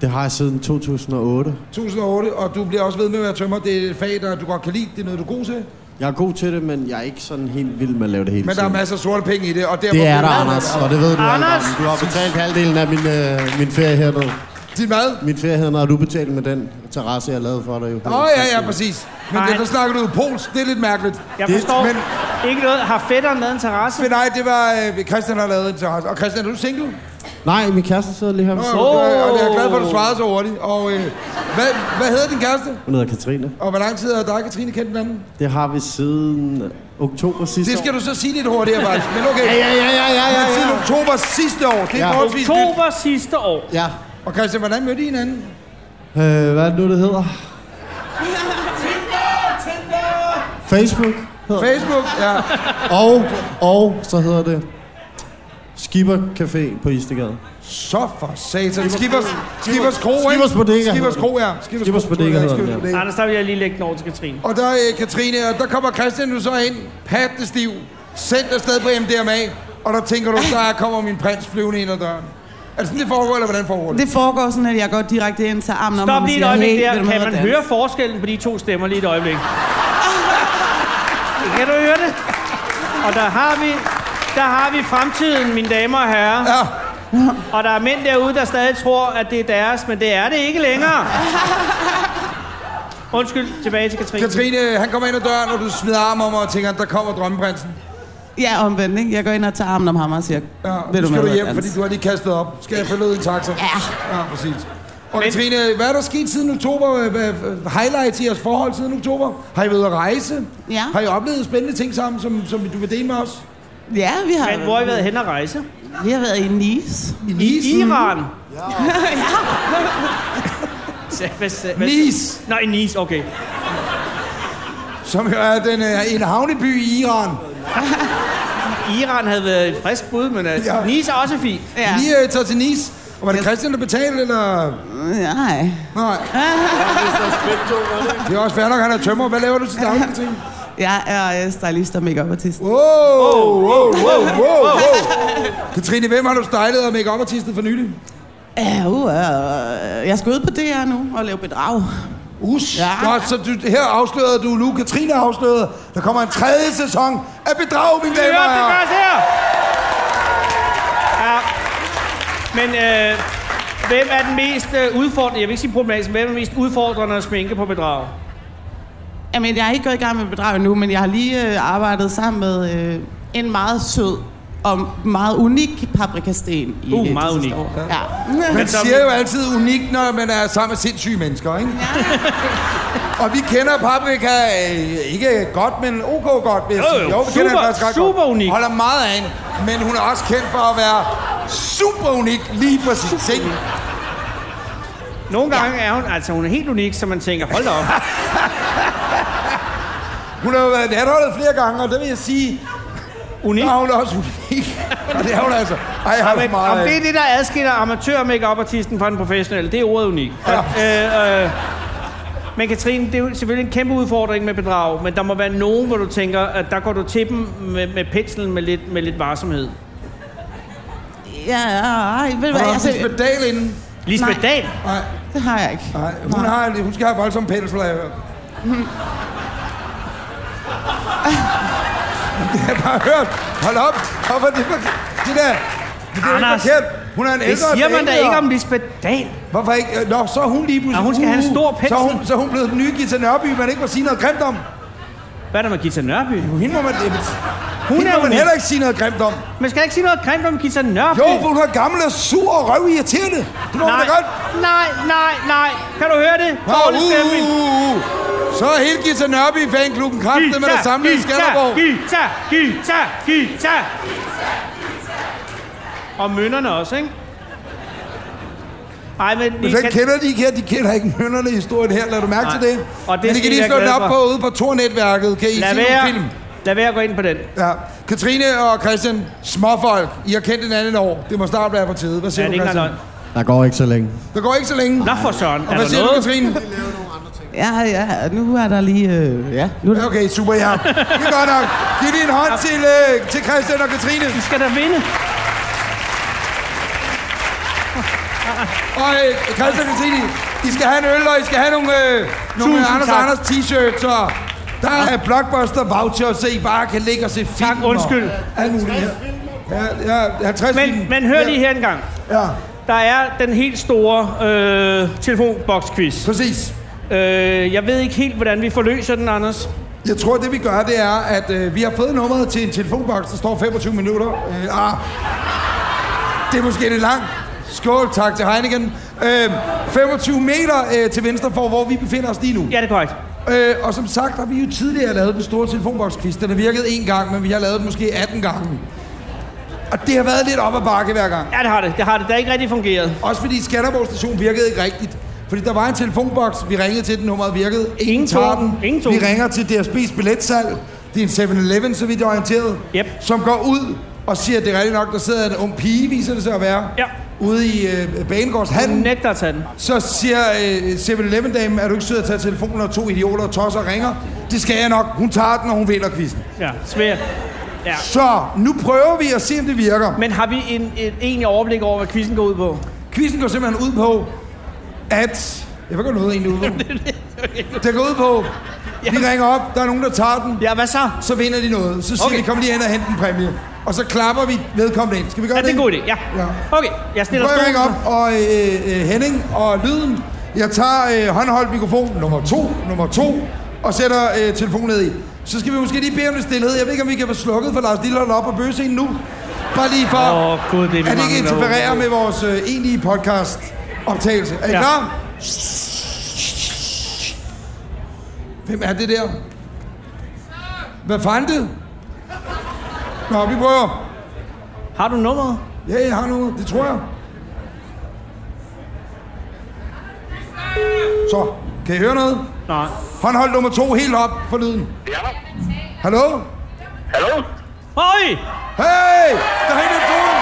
E: Det har jeg siden 2008.
C: 1008, og du bliver også ved med at være tømmer. Det er et fag, der du godt kan lide. Det er noget, du er god til.
E: Jeg er god til det, men jeg er ikke sådan helt vild med at lave det hele
C: Men der er
E: tiden.
C: masser af sorte penge i det, og derfor...
E: det er der,
C: bliver du-
E: Anders, og det ved du alt
B: Anders!
E: om. Du har betalt halvdelen af min, øh, min ferie hernede.
C: Din mad?
E: Min ferie hernede har du betalt med den terrasse, jeg lavede for dig. Jo.
C: Åh, oh, ja, ja, præcis. Men
B: Nej.
C: det, der snakker du jo polsk. Det er lidt mærkeligt.
B: Jeg
C: Det-
B: forstår
C: Men,
B: ikke noget. Har fætteren lavet en terrasse?
C: men nej, det var... Øh, Christian har lavet en terrasse. Og Christian, er du single?
E: Nej, min kæreste sidder lige her.
C: Nå,
E: ved siden.
C: oh. og det er jeg glad for, at du svarede så hurtigt. Og øh, hvad, hvad hedder din kæreste?
E: Hun hedder Katrine.
C: Og hvor lang tid har dig og Katrine kendt hinanden?
E: Det har vi siden oktober sidste
C: Det skal du så sige lidt hurtigere, faktisk. Men okay.
E: år. Ja, ja, ja, ja, ja, ja.
C: Men siden
E: ja.
C: oktober sidste år. Det er
E: Ja.
C: forholdsvis nyt.
B: Oktober sidste år.
E: ja.
C: Og Christian, hvordan mødte I hinanden?
E: Øh, hvad er det nu, det hedder? Facebook. hedder det.
C: Facebook? Ja.
E: Og, og så hedder det Skipper Café på Istegade.
C: Så for satan. Skippers, Skippers Kro, ikke?
E: Skippers Bodega.
C: Skippers Kro, ja.
E: Skippers
C: Kro,
E: Bodega
C: ja,
E: hedder den,
C: Skippers
E: ja.
C: Bodega.
B: Anders, der vil jeg lige lægge den over til Katrine.
C: Og der er øh, Katrine, og der kommer Christian nu så ind, pattestiv, sendt afsted på MDMA, og der tænker du, der kommer min prins flyvende ind ad døren. Er det sådan, det foregår, eller hvordan foregår det?
F: Det foregår sådan, at jeg går direkte ind til armen om, ham
B: Stop
F: og
B: lige et øjeblik
F: siger, hey,
B: der.
F: vil du med
B: Kan
F: ud
B: man
F: at danse?
B: høre forskellen på de to stemmer lige et øjeblik? Kan du høre det? Og der har vi, der har vi fremtiden, mine damer og herrer.
C: Ja,
B: Og der er mænd derude, der stadig tror, at det er deres, men det er det ikke længere. Undskyld, tilbage til Katrine.
C: Katrine, han kommer ind ad døren, og du smider armen om, og tænker, der kommer drømmeprinsen.
F: Ja, omvendt, ikke? Jeg går ind og tager armen om ham og siger,
C: Ja,
F: vil
C: nu
F: du med
C: skal du
F: ud at
C: hjem, fordi
F: danse?
C: du har lige kastet op. Skal jeg følge ud i en taxa?
F: Ja.
C: Ja, præcis. Og
B: Men-
C: Katrine, hvad er der sket siden oktober? Hvad- hvad- Highlights i jeres forhold siden oktober? Har I været at rejse?
F: Ja.
C: Har I oplevet spændende ting sammen, som, som du vil dele med os?
F: Ja, vi har,
B: Men hvor har I været hen og rejse?
F: vi har været i Nice.
C: I
B: I
C: Nice?
B: Iran.
F: ja.
B: Hvad- hvad- hvad-
C: Nice,
B: Nej, Nice, okay.
C: som jo er den, øh, en havneby i Iran.
B: Iran havde været et frisk bud, men uh,
C: Ja.
B: Nice er også fint.
F: ja.
C: Ja. Lige øh, tager til Nice. Og var det Christian, der betalte, eller?
F: Nej.
C: Nej. Det er også fair nok, han er tømmer. Hvad laver du til daglig, Katrine?
F: Jeg er øh, stylist og makeup artist.
C: Wow, wow, wow, wow, wow. Katrine, hvem har du stylet og make artistet for nylig?
F: Uh, uh, jeg skal ud på DR nu og lave bedrag.
C: Us. Ja.
F: Ja.
C: Nå, så du, her afslørede du nu, Katrine afslørede. Der kommer en tredje sæson af Bedrag, mine
B: Vi
C: damer
B: hører
C: og
B: det
C: herrer.
B: først her! Ja. Men øh, hvem er den mest øh, udfordrende, jeg vil ikke sige problematisk, men hvem er den mest udfordrende at sminke på bedrag?
F: Jamen, jeg er ikke gået i gang med bedrag endnu, men jeg har lige øh, arbejdet sammen med øh, en meget sød og meget unik paprikasten. I,
B: Uh,
F: øh,
B: meget
F: det sidste
B: unik.
F: år. Ja.
C: Man siger jo altid unik, når man er sammen med sindssyge mennesker, ikke? og vi kender paprika øh, ikke godt, men ok godt, vil jeg
B: Jo,
C: sige.
B: jo.
C: vi kender
B: Super-
C: hende faktisk ret
B: super
C: godt.
B: unik.
C: Holder meget af hende, men hun er også kendt for at være super unik lige præcis, ikke?
B: Nogle gange er hun, altså hun er helt unik, så man tænker, hold da op.
C: Hun har jo været natholdet flere gange, og det vil jeg sige,
B: Unik.
C: der er hun også unik. og det er hun altså. Ej, jeg har
B: Men
C: det
B: om
C: meget af.
B: det er det, der adskiller amatør make artisten fra den professionelle, det er ordet unik. Og, øh, øh, men Katrine, det er jo selvfølgelig en kæmpe udfordring med bedrag, men der må være nogen, hvor du tænker, at der går du til dem med, med penslen med lidt, med lidt varsomhed.
F: Ja, ej, ved du
C: Hun
F: hvad,
C: har også
F: altså,
C: en spedal inden.
B: Lisbeth Dahl,
C: Nej,
F: det har jeg ikke.
C: nej. Hun, har, en- hun skal have voldsom pels, har jeg hørt. det har jeg bare hørt. Hold op. Hvorfor er det for... Det der... Det er Anders,
B: Anders,
C: forkert. Hun er en
B: det
C: ældre
B: siger man da
C: dame,
B: ikke
C: og-
B: om Lisbeth Dahl.
C: Hvorfor ikke? Nå, så er hun lige pludselig... Uh,
B: Nå, hun skal have en stor pensel.
C: Så er hun, så er hun blevet den nye Gita Nørby, man ikke må sige noget grimt om.
B: Hvad er der med Gita Nørby?
C: Hende må man...
B: Hun
C: Hun
B: er
C: må man
B: unik.
C: heller ikke sige noget grimt om.
B: Man skal ikke sige noget grimt om Gita Nørby.
C: Jo, for hun er gammel og sur og røvirriterende. Det må man da
B: nej,
C: godt.
B: nej, nej, nej. Kan du høre det? dårlig, dårlig stemning.
C: uh, uh. Så er hele Gita Nørby i fanklubben kraftet med det samlede i Skanderborg.
B: guitar, guitar, guitar. Og mønnerne også, ikke? Ej, men...
C: Men
B: I
C: hvem kender de ikke her? De kender ikke mønnerne i historien her. Lad du mærke
B: Nej.
C: til det.
B: Og det
C: Men I
B: skal
C: kan
B: I
C: lige
B: være
C: slå den
B: glade
C: op på
B: for.
C: ude på tornetværket. Kan I
B: Lad
C: se nogle
B: være,
C: film?
B: lad være at gå ind på den.
C: Ja. Katrine og Christian, småfolk. I har kendt hinanden et år. Det må snart være på tide. Hvad
B: Ja,
C: siger
B: det er
C: du,
B: ikke engang
C: Christian?
B: løgn.
E: Der går ikke så længe.
C: Der går ikke så længe.
B: Nå for søren,
C: Og
B: er
C: hvad
B: der
C: siger du,
B: noget?
C: Katrine?
F: Ja, ja, nu er der lige... Øh, ja, nu er der...
C: Okay, super, ja. Det er godt nok. Giv lige en hånd til, øh, til Christian og Katrine.
B: Vi skal da vinde.
C: Og øh, Christian og Katrine, I skal have en øl, og I skal have nogle, øh, nogle
B: Tusind
C: Anders
B: tak.
C: og Anders t-shirts. Og der er blockbuster voucher, så I bare kan ligge og se film.
B: undskyld.
C: Og alt muligt her. Ja, ja, 50
B: Men,
C: film.
B: men hør
C: Ja,
B: lige her en gang.
C: Ja,
B: Der er den helt store øh, telefonboks-quiz.
C: præcis.
B: Øh, jeg ved ikke helt, hvordan vi forløser den, Anders.
C: Jeg tror, det vi gør, det er, at øh, vi har fået nummeret til en telefonboks, der står 25 minutter. Øh, ah, det er måske lidt langt. Skål, tak til Heineken. Øh, 25 meter øh, til venstre for, hvor vi befinder os lige nu.
B: Ja, det er korrekt.
C: Øh, og som sagt har vi jo tidligere lavet den store telefonboks-quiz. Den har virket én gang, men vi har lavet den måske 18 gange. Og det har været lidt op ad bakke hver gang.
B: Ja, det har det. Det har det. Det har ikke rigtig fungeret.
C: Også fordi Skanderborg station virkede ikke rigtigt. Fordi der var en telefonboks, vi ringede til den, nummeret virkede. Ingen,
B: Ingen
C: tager
B: tog den.
C: den.
B: Ingen tog
C: vi
B: den.
C: ringer til DSB's billetsalg. Det er en 7-Eleven, så vidt jeg er orienteret.
B: Yep.
C: Som går ud og siger, at det er rigtigt nok, der sidder en ung pige, viser det sig at være.
B: Ja.
C: Ude i øh, Banegårdshallen.
B: Nægter at tage den.
C: Så siger øh, 7-Eleven-damen, er du ikke sød at tage telefonen, og to idioter og tosser ringer? Det skal jeg nok. Hun tager den, og hun vinder quizzen.
B: Ja, svært. Ja.
C: Så nu prøver vi at se, om det virker.
B: Men har vi en, et egentlig overblik over, hvad quizzen går ud på?
C: Quizzen går simpelthen ud på, at... Jeg ved godt noget egentlig ud på. Det går ud på, vi ringer op, der er nogen, der tager den,
B: Ja, hvad så?
C: så vinder de noget. Så siger
B: Okay.
C: okay. vi, kom lige hen og hent en præmie. Og så klapper vi vedkommende ind. Skal vi gøre
B: Ja, det
C: det?
B: er en god idé. Ja.
C: Ja.
B: Okay, jeg
C: Prøv
B: stiller
C: at ringe
B: stolen.
C: op, og øh, øh, Henning og lyden. Jeg tager øh, håndholdt mikrofon nummer to, nummer to, og sætter øh, telefonen ned i. Så skal vi måske lige bede om lidt stillhed. Jeg ved ikke, om vi kan få slukket for Lars Lillard op og bøse nu. Bare lige for...
B: Åh, gud, det er vi
C: At det ikke
B: mangler.
C: interfererer med vores øh, egentlige podcast optagelse. Er I
B: Ja.
C: ja. klar? Hvem er det der? Hvad fanden det? Nå, vi prøver.
B: Har du nummeret?
C: Ja, jeg har noget. Det tror jeg. Så, kan I høre noget?
B: Nej.
C: Håndhold nummer to helt op for lyden. Ja. Hallo?
B: Høj!
C: Hey! Der er en af døren!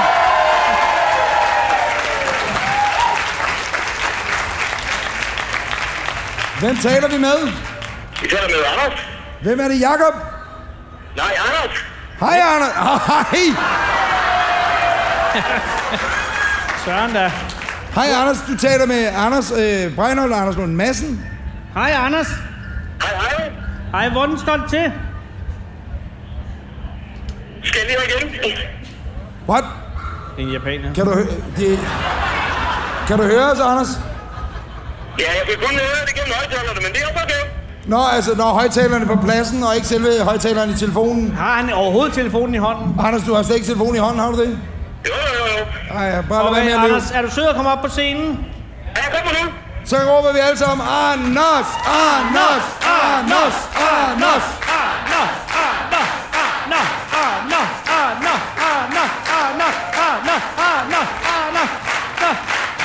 C: Hvem taler vi med?
G: Vi taler med Anders.
C: Hvem er det, Jakob?
G: Nej, Anders.
C: Hej, Anders. Ah, Hej.
B: Søren da.
C: Hej, Anders. Du taler med Anders øh, Breinholt og Anders Lund Madsen.
B: Hej, Anders.
G: Hej, hej.
B: Hej, hvordan står det til?
G: Skal jeg lige have igen?
C: What?
B: En japaner.
C: Kan du, hø- det, kan du høre os, Anders?
G: Ja, jeg kan kun høre det gennem højtalerne, men det er okay.
C: Nå, altså, når højtalerne er på pladsen, og ikke selve højtalerne i telefonen.
B: Har han overhovedet telefonen i hånden?
C: Anders, du har slet ikke telefonen i hånden, har du det?
G: Jo, jo, jo, jo.
C: Ej, bare lad være
B: Okay,
C: med at løbe.
B: Anders, er du sød at komme op på scenen?
G: Ja, jeg kommer nu.
C: Så råber vi alle sammen, Anders, Anders, Anders, Anders.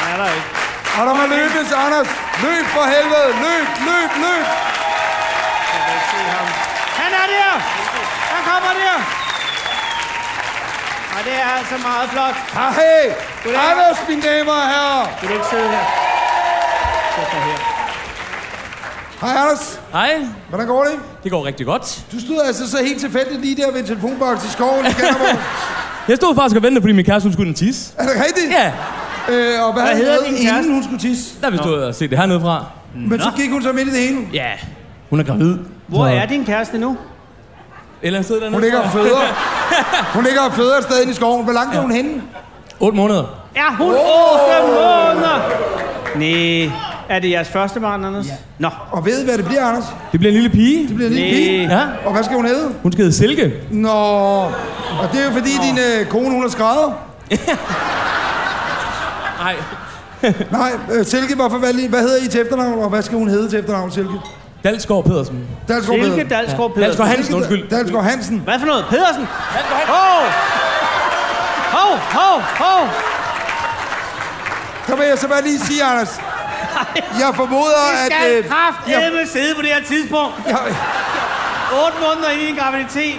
B: Nej, der er ikke.
C: Og der må løbes, Anders. Løb for helvede, løb, løb, løb.
B: Han er der! Han kommer der! Og det er altså meget flot.
C: Hej, Anders, mine damer og herrer.
B: Vil du ikke sidde her? Sæt dig her.
C: Hej, Anders.
H: Hej,
C: Hvordan går det?
H: det går rigtig godt.
C: Du stod altså så helt tilfældigt lige der ved en telefonboks i skoven i Skanderborg.
H: Jeg stod faktisk og ventede, fordi min kæreste hun skulle ind og tisse.
C: er det rigtigt?
H: Ja,
C: Øh, og hvad, havde
B: hedder
C: hun
B: din
C: lavet, inden
B: kæreste?
C: hun skulle tisse?
H: der vi stået og se det hernede fra.
C: Men så gik hun så midt i det hele.
H: Ja, hun er gravid.
B: Hvor
H: Så-
B: er din kæreste nu?
H: Et eller andet sted dernede.
C: Hun ligger og føder. Hun ligger og føder stadig i skoven. Hvor langt er hun henne?
H: 8 måneder.
B: Er hun 8 måneder? Nej. Er det jeres første barn, Anders? Ja. Nå.
C: Og ved I, hvad det bliver, Anders?
H: Det bliver en lille pige.
C: Det bliver en lille
B: Næh.
C: pige.
H: Ja,
C: Og hvad skal hun hedde?
H: hun skal hedde Silke.
C: Nå, og det er jo fordi, din øh, kone, hun har skrædder.
H: Nej,
C: Nej, øh, Silke, hvorfor, hvad, hvad hedder I til efternavn, og hvad skal hun hedde til efternavn, Silke?
H: Dalsgaard Pedersen.
C: Dalsgaard
B: Silke
C: Pedersen.
B: Dalsgaard
H: Dalsgaard
B: Pedersen.
H: Hansen, undskyld.
C: Dalsgaard Hansen.
B: Hvad for noget? Pedersen? Hov! Hov, hov, hov!
C: Så vil jeg så bare lige sige, Anders. Jeg formoder,
B: Vi
C: at...
B: skal
C: øh, jeg,
B: kraftedeme sidde på det her tidspunkt.
C: jeg,
B: 8 måneder inde i en graviditet.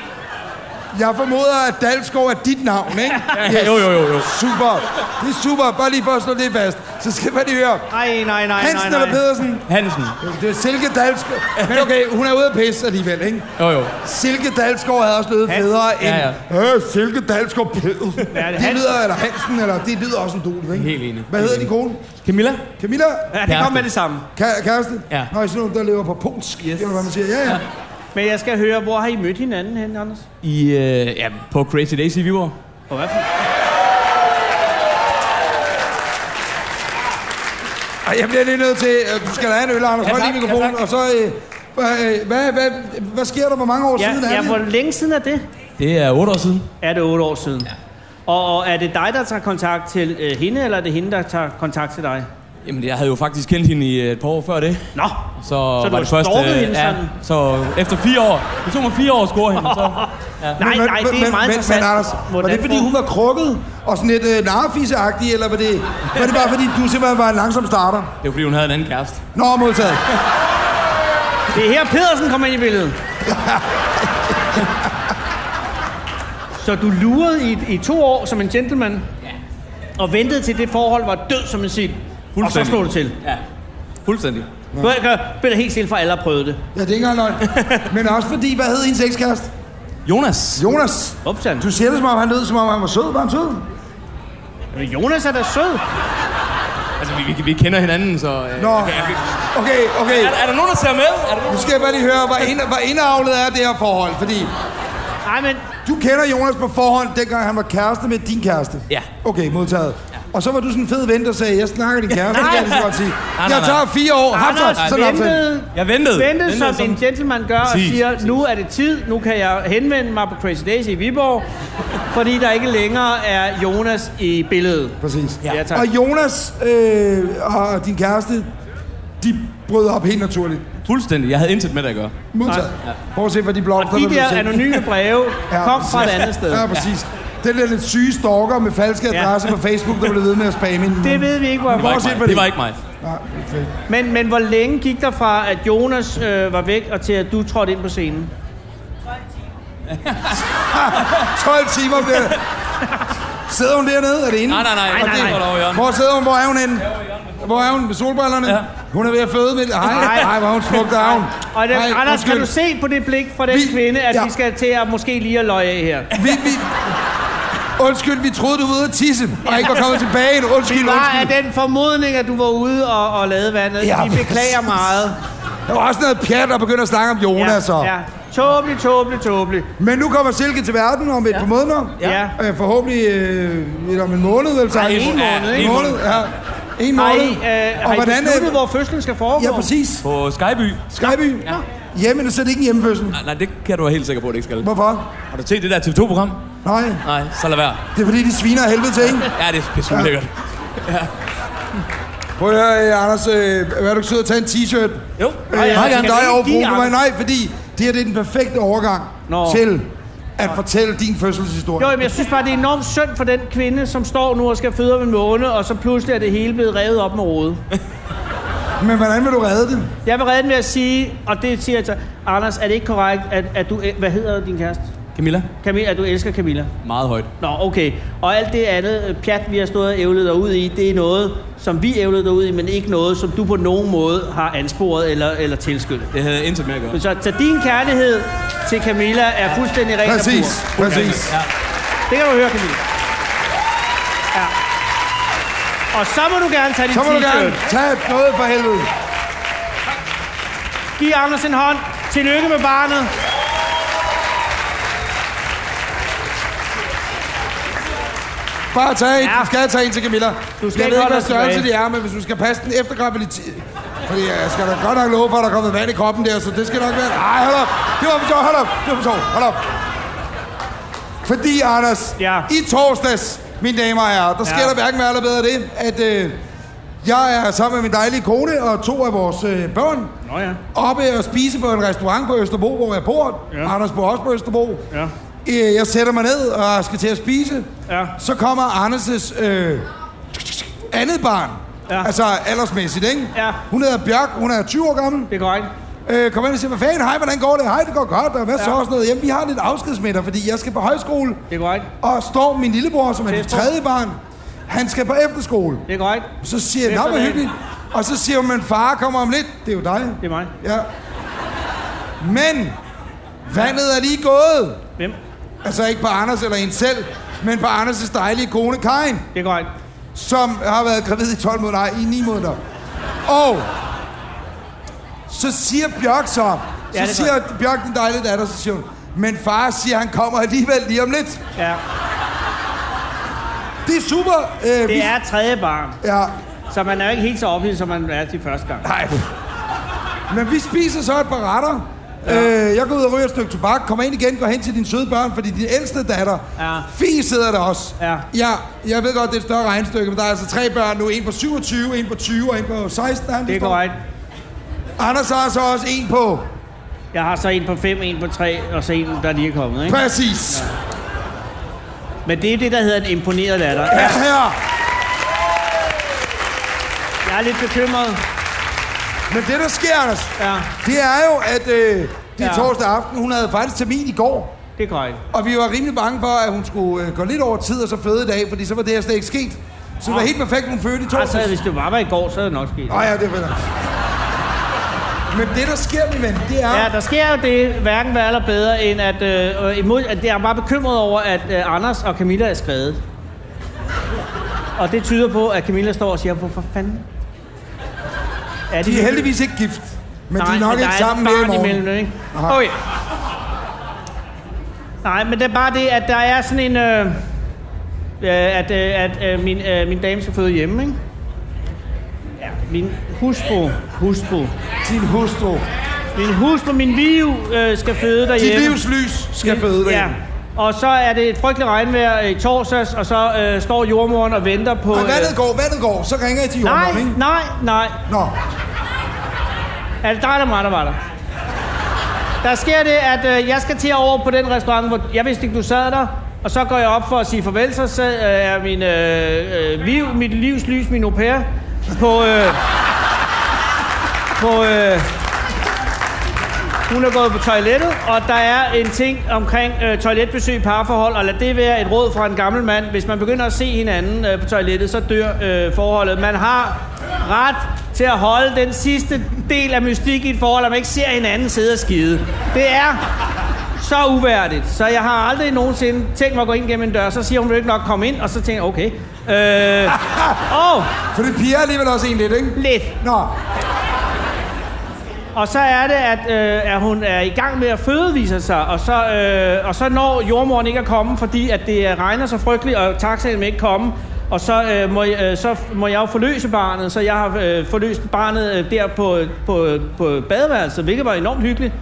C: jeg formoder, at Dalsgaard er dit navn, ikke?
H: Ja, jo, jo, jo, jo.
C: Super. Det er super. Bare lige for at slå det fast. Så skal man lige høre.
B: Nej, nej, nej, nej,
C: Hansen eller
B: nej.
C: Pedersen?
H: Hansen.
C: Det er Silke Dalsgaard. Men okay, hun er ude at pisse alligevel, ikke?
H: Jo, jo.
C: Silke Dalsgaard havde også lydet
B: Hansen.
C: federe end...
H: Ja,
C: Ja, Øh, Silke Dalsgaard Pedersen.
B: Ja, det er
C: de
B: Hansen.
C: lyder, eller Hansen, eller det lyder også en dul, ikke?
H: Helt enig.
C: Hvad hedder din kone?
H: Camilla?
C: Camilla?
B: Ja, det kom med det samme.
C: Kæ- kæreste?
H: Ja.
C: Nå, I sådan nogle, der lever på polsk. Yes. Det er, hvad man siger. Ja, ja.
B: Men jeg skal høre, hvor har I mødt hinanden hen, Anders?
H: I, øh, ja, på Crazy Days i Viborg.
B: Og hvad for?
C: Ej, jeg bliver lige nødt til, øh, du skal da have en øl, Anders.
H: Ja,
C: Hold lige
H: tak. Ja,
C: mikrofonen,
H: tak.
C: og så... Øh, hvad, øh, hvad, hvad, hvad sker der? Hvor mange år
B: Ja,
C: siden er
B: ja,
C: det?
B: hvor længe siden er det?
H: Det er 8 år siden.
B: Er det 8 år siden? Ja. Og, og er det dig, der tager kontakt til øh, hende, eller er det hende, der tager kontakt til dig?
H: Jamen, jeg havde jo faktisk kendt hende i øh, et par år før det.
B: Nå,
H: Så,
B: så
H: var
B: du har
H: det først,
B: stalket
H: øh,
B: hende
H: ja,
B: sådan?
H: Så efter fire år. Det tog mig fire år at score hende, så...
B: Nej, nej, det er meget interessant.
C: Men, Anders, var
B: Hvordan
C: det, fordi
B: får-
C: hun var krukket og sådan lidt øh, narfisagtig, eller var det, var det bare, fordi du simpelthen var en langsom starter?
H: Det var fordi, hun havde en anden kæreste.
C: Nå, modtaget.
B: Det er her, Pedersen kommer ind i billedet. så du lurede i, i to år som en gentleman, ja. og ventede til det forhold var død som en sild. Og så
H: Fuldstændig.
B: slog du til.
H: Ja. Fuldstændig.
B: Du ja. Peter helt selv for alle har prøvet det.
C: Ja, det er ikke engang løgn. Men også fordi, hvad hed hendes ekskæreste?
H: Jonas.
C: Jonas.
B: Upsan.
C: Du siger det, som om han lød, som om han var sød. Var han sød?
B: Men Jonas er da sød.
H: Altså, vi, vi, vi kender hinanden, så... Øh,
C: Nå.
H: jeg kan-
C: Okay, okay.
H: Er, er der nogen, der ser med? Er der nogen?
C: Nu skal jeg bare lige høre, hvor, ind, hvor indavlet er det her forhold. Fordi
B: Nej, men
C: du kender Jonas på forhånd, dengang han var kæreste med din kæreste.
H: Ja.
C: Okay, modtaget. Og så var du sådan en fed ven, der sagde, jeg snakker din kæreste, det kan jeg lige så godt sige.
H: nej,
C: Jeg
H: nej.
C: tager fire år. Haps,
B: Anders
C: haps, sådan en aftale.
B: ventede,
H: Jeg ventede.
B: ventede,
H: Ventede
B: som,
H: som-
B: en gentleman gør
H: Præcis,
B: og siger,
H: præcis.
B: nu er det tid, nu kan jeg henvende mig på Crazy Days i Viborg, fordi der ikke længere er Jonas i billedet.
C: Præcis.
B: Ja. Ja, tak.
C: Og Jonas øh, og din kæreste, de brød op helt naturligt.
H: Fuldstændig. Jeg havde intet med det at gøre.
C: Modtaget. Prøv at se, hvad de
B: Og
C: blomster,
B: de
C: blev
B: der
C: sendt.
B: anonyme breve kom fra et andet sted.
C: Ja, præcis. Den der lidt syge stalker med falske
B: Ja.
C: adresser på Facebook, der blev ved med at spamme hende.
B: Det ved vi ikke, hvor
H: Det var,
B: hvor-
H: ikke mig. det var ikke mig.
C: Nej, perfekt.
B: men, men hvor længe gik der fra, at Jonas øh, var væk, og til at du trådte ind på scenen?
C: 12 timer bliver det. Sidder hun dernede? Er det inde?
H: Nej, nej, nej.
B: nej, nej.
H: Det var dog, Jørgen.
C: Hvor sidder hun? Hvor er hun henne? Hvor er hun? Med solbrillerne?
H: Ja.
C: Hun er ved at føde med...
B: Nej.
C: Hej, hej, hvor er hun smuk, der er hun.
B: Og det,
C: Ej,
B: Anders, kan
C: undskyld.
B: du se på det blik fra den
C: Vi-
B: kvinde, at
C: ja.
B: vi skal til at måske lige at løje af her?
C: Vi, vi... Undskyld, vi troede, du var ude at tisse, og ikke var kommet tilbage endnu. Undskyld,
B: Det var
C: undskyld.
B: af den formodning, at du var ude og, og lavede vandet.
C: Ja,
B: Ja, vi beklager
C: præcis.
B: meget.
C: Der var også noget pjat, der begyndte at snakke om Jonas. og-
B: ja. Tåbelig, tåbelig, tåbelig.
C: Men nu kommer Silke til verden om et par måneder.
B: Ja.
C: Og jeg forhåbentlig øh, eller om en måned, eller så.
B: Ej, en måned,
C: en
B: ikke?
C: måned, ja. En
B: Har
C: måned.
B: I, øh, har
C: og
B: I
C: hvordan
B: besluttet, hvor fødslen skal foregå?
C: Ja, præcis.
H: På Skyby?
C: Skyby. Ja. Jamen, så er det ikke en hjemmefødsel.
H: Nej, nej, det kan du være helt sikker på, at det ikke skal.
C: Hvorfor?
H: Har du set det der TV2-program?
C: Nej,
H: Nej, så lad være.
C: det er fordi, de sviner af helvede til, ikke?
H: Ja, det er pisse ulækkert.
C: Prøv at høre, øh, Anders, øh, er du ikke sød at tage en t-shirt?
H: Jo.
C: Nej,
B: skal
C: jeg gerne
B: vi
C: dig
B: ikke
C: over
B: give
C: Bruno.
B: Anders?
C: Nej, fordi det her det er den perfekte overgang
B: Nå.
C: til at fortælle din fødselshistorie.
B: Jo, jamen, jeg synes bare, det er enormt synd for den kvinde, som står nu og skal føde om en måned, og så pludselig er det hele blevet revet op med rode.
C: Men hvordan vil du redde det?
B: Jeg vil redde den ved at sige, og det siger jeg til Anders, er det ikke korrekt, at, at du... Hvad hedder din kæreste?
H: Camilla?
B: Camilla, at du elsker Camilla?
H: Meget højt.
B: Nå, okay. Og alt det andet øh, pjat, vi har stået og ævlet derud i, det er noget, som vi ævlede derud i, men ikke noget, som du på nogen måde har ansporet eller, eller tilskyndet.
H: Det havde jeg intet med at gøre.
B: Men så, så din kærlighed til Camilla er fuldstændig ren og pur.
C: Præcis, præcis.
H: Ja.
B: Det kan du høre, Camilla. Ja. Og så må du gerne tage din
C: Så må du gerne
B: t-shirt.
C: tage noget for helvede.
B: Giv Anders en hånd. Tillykke med barnet.
C: Bare tage en.
B: Ja.
C: Du skal tage en til Camilla. Du
B: skal
C: skal jeg
B: ikke
C: ved ikke,
B: holde
C: hvad
B: dig
C: størrelse det
B: tilbage.
C: er, men hvis du skal passe den efter graviditet... Fordi jeg skal da godt nok love for, at der er kommet vand i kroppen der, så det skal nok være... Ej, hold op. Det var for sjov. Hold op. Det var for sjov. Hold op. Fordi, Anders,
B: Ja.
C: i torsdags, mine damer og herrer, der sker
B: Ja.
C: der hverken værre eller bedre det, at øh, Jeg er sammen med min dejlige kone og to af vores øh, børn
B: Nå ja.
C: oppe og spise på en restaurant på Østerbro, hvor jeg bor.
B: Ja.
C: Ja. Anders bor også på Østerbro.
B: Ja.
C: Øh, jeg sætter mig ned og skal til at spise.
B: Ja.
C: Så kommer Anders' øh, andet barn.
B: Ja.
C: Ja. Altså aldersmæssigt, ikke?
B: Ja.
C: Hun hedder Bjørk, hun er 20 år gammel.
B: Det er korrekt.
C: Øh, kom ind og siger, hvad fanden, hej, hvordan går det? Hej, det går godt, og hvad ja. så?
B: Ja.
C: Og sådan noget. Jamen, vi har lidt afskedsmiddag, fordi jeg skal på højskole.
B: Det er korrekt.
C: Og står min lillebror, som er det
B: Efter-
C: tredje barn, han skal på efterskole.
B: Det er korrekt.
C: Så siger jeg,
B: Efter
C: nå, hvor
B: dagen."
C: hyggeligt. Og så siger hun, men far kommer om lidt. Det er jo dig.
B: Det er mig.
C: Ja. Men vandet er lige gået.
B: Hvem?
C: Altså ikke på Anders eller en selv, men på Anders' dejlige kone Karin,
B: Det er korrekt.
C: som har været gravid i 12 måneder, nej, i 9 måneder. Og så siger Bjørk så, så
B: Ja, det er
C: siger Bjørk den dejlige datter, så siger hun, men far siger, han kommer alligevel lige om lidt.
B: Ja.
C: Det er super. Øh, vi-
B: Det er tredje barn.
C: Ja,
B: Så man er jo ikke helt så ophidset, som man er til første gang.
C: nej. Men vi spiser så et par retter. Ja. Øh, jeg går ud og ryger et stykke tobak, kommer ind igen, går hen til dine søde børn, fordi din ældste datter,
B: Ja.
C: Fie sidder der også.
B: Ja.
C: ja. jeg ved godt, det er et større regnstykke, men der er altså tre børn nu. En på 27, en på 20 og en på 16. Han,
B: Det er korrekt.
C: Anders har så også en på.
B: Jeg har så en på 5, en på 3, og så en, der lige er kommet, ikke?
C: Præcis.
B: Men det er det, der hedder en imponeret latter.
C: Ja, her.
B: Jeg er lidt bekymret.
C: Men det, der sker, Anders,
B: Ja,
C: det er jo, at øh, det er
B: Ja.
C: torsdag aften. Hun havde faktisk termin i går.
B: det er korrekt.
C: Og vi var rimelig bange for, at hun skulle øh, gå lidt over tid og så føde i dag, fordi så var det her slet ikke sket. Så det var helt perfekt, hun fødte i torsdags.
B: Altså, hvis det bare var i går, så er det nok sket.
C: Åh oh, ja, det er fedt. Men det, der sker, min ven, det er...
B: Ja, der sker jo det hverken værre eller bedre, end at, øh, imod, at jeg er bare bekymret over, at øh, Anders og Camilla er skrevet. Og det tyder på, at Camilla står og siger, hvorfor fanden? Er
C: De er heldigvis ikke gift, men
B: Nej,
C: de er nok
B: men der
C: ikke sammen
B: et
C: mere i
B: barn
C: morgen.
B: Imellem, ikke?
C: Aha.
B: Okay. Nej, men det er bare det, at der er sådan en... Øh, øh, at øh, at øh, min, øh, min dame skal føde hjemme, ikke? Ja, min hustru, hustru,
C: Din hustru,
B: min hustru, min viv øh, skal føde
C: dit
B: derhjemme.
C: livslys skal føde dig.
B: Ja. Og så er det et frygteligt regnvejr i torsdags, og så øh, står jordmoren og venter på...
C: Og vandet
B: øh,
C: går, vandet går, så ringer jeg til
B: Nej,
C: jordmoren, ikke?
B: nej, nej.
C: Nå,
B: Er det dig, der mig, der var der? Der sker det, at øh, jeg skal til at over på den restaurant, hvor jeg vidste ikke, du sad der. Og så går jeg op for at sige farvel, så sad, øh, er min øh, øh, liv, mit livs lys, min au pair, på... Øh, på øh, hun er gået på toilettet, og der er en ting omkring øh, toiletbesøg i parforhold, og lad det være et råd fra en gammel mand. Hvis man begynder at se hinanden øh, på toilettet, så dør øh, forholdet. Man har ret til at holde den sidste del af mystik i et forhold, at man ikke ser hinanden sidde og skide. Det er så uværdigt, så jeg har aldrig nogensinde tænkt mig at gå ind gennem en dør, så siger hun, vil du ikke nok komme ind, og så tænker jeg, okay. Øh, og
C: for det piger alligevel også en lidt, ikke?
B: lidt.
C: Nå,
B: Og så er det, at, øh, at hun er i gang med at føde, viser sig. Og så, øh, og så når jordmoren ikke at komme, fordi at det øh, regner så frygteligt, og taxaen vil ikke komme. Og så, øh, må, jeg- øh, så må jeg jo forløse barnet, så jeg har øh, forløst barnet øh, der på, på, på badeværelset, hvilket var enormt hyggeligt.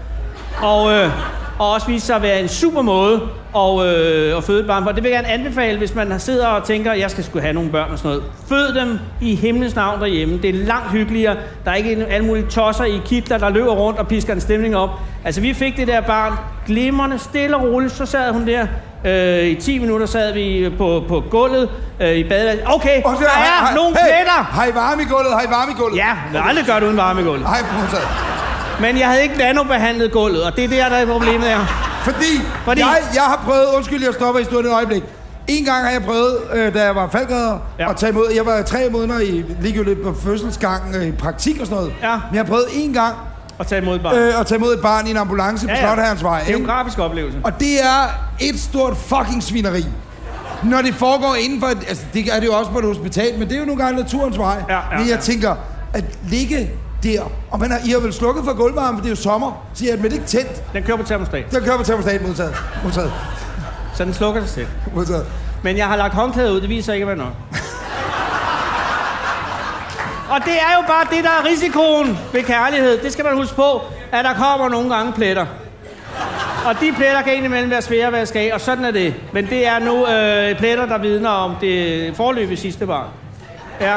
B: Og, øh, og også viste sig at være en super måde at, øh, at føde et barn på. Det vil jeg gerne anbefale, hvis man sidder og tænker, jeg skal skulle have nogle børn og sådan noget. Fød dem i himlens navn derhjemme. Det er langt hyggeligere. Der er ikke en- alle mulige tosser i kitler, der løber rundt og pisker en stemning op. Altså, vi fik det der barn glimrende, stille og roligt. Så sad hun der. Øh, I 10 minutter sad vi på, på gulvet øh, i badeværelset. Okay,
C: og
B: der er nogle pletter!
C: Hej, varme i gulvet, hej, varme i gulvet.
B: Ja, vi har aldrig gjort uden varme i gulvet.
C: Hej, modtaget.
B: Men jeg havde ikke nanobehandlet gulvet, og det er der, der er problemet her.
C: Fordi,
B: Fordi-
C: Fordi... Jeg, jeg har prøvet, undskyld, jeg stopper i stort et øjeblik. En gang har jeg prøvet, øh, da jeg var faldgræder,
B: Ja.
C: ja. at tage imod. Jeg var tre måneder i ligegyldigt på fødselsgangen, øh, i praktik og sådan noget.
B: Ja.
C: Men jeg har prøvet en gang
B: Og tage imod et barn.
C: øh, at tage imod et barn i en ambulance ja, på Slottsherrensvej.
B: Det er jo en
C: ikke?
B: grafisk oplevelse.
C: Og det er et stort fucking svineri. Når det foregår inden for... et- Altså, det er det jo også på et hospital, men det er jo nogle gange naturens vej.
B: Ja, ja,
C: men
B: ja.
C: jeg tænker, at ligge der... Og man har, I har vel slukket for gulvvarmen, for det er jo sommer. Så jeg er ikke tændt.
B: Den kører på termostat,
C: Der kører på termostat modtaget. Modtaget.
B: så den slukker sig selv.
C: Modtaget.
B: Men jeg har lagt håndklædet ud, det viser ikke, hvad nok. Og det er jo bare det, der er risikoen ved kærlighed. Det skal man huske på, at der kommer nogle gange pletter. Og de pletter kan indimellem være svære at vaske af, og sådan er det. Men det er nu øh, pletter, der vidner om det forløbige sidste barn. Ja.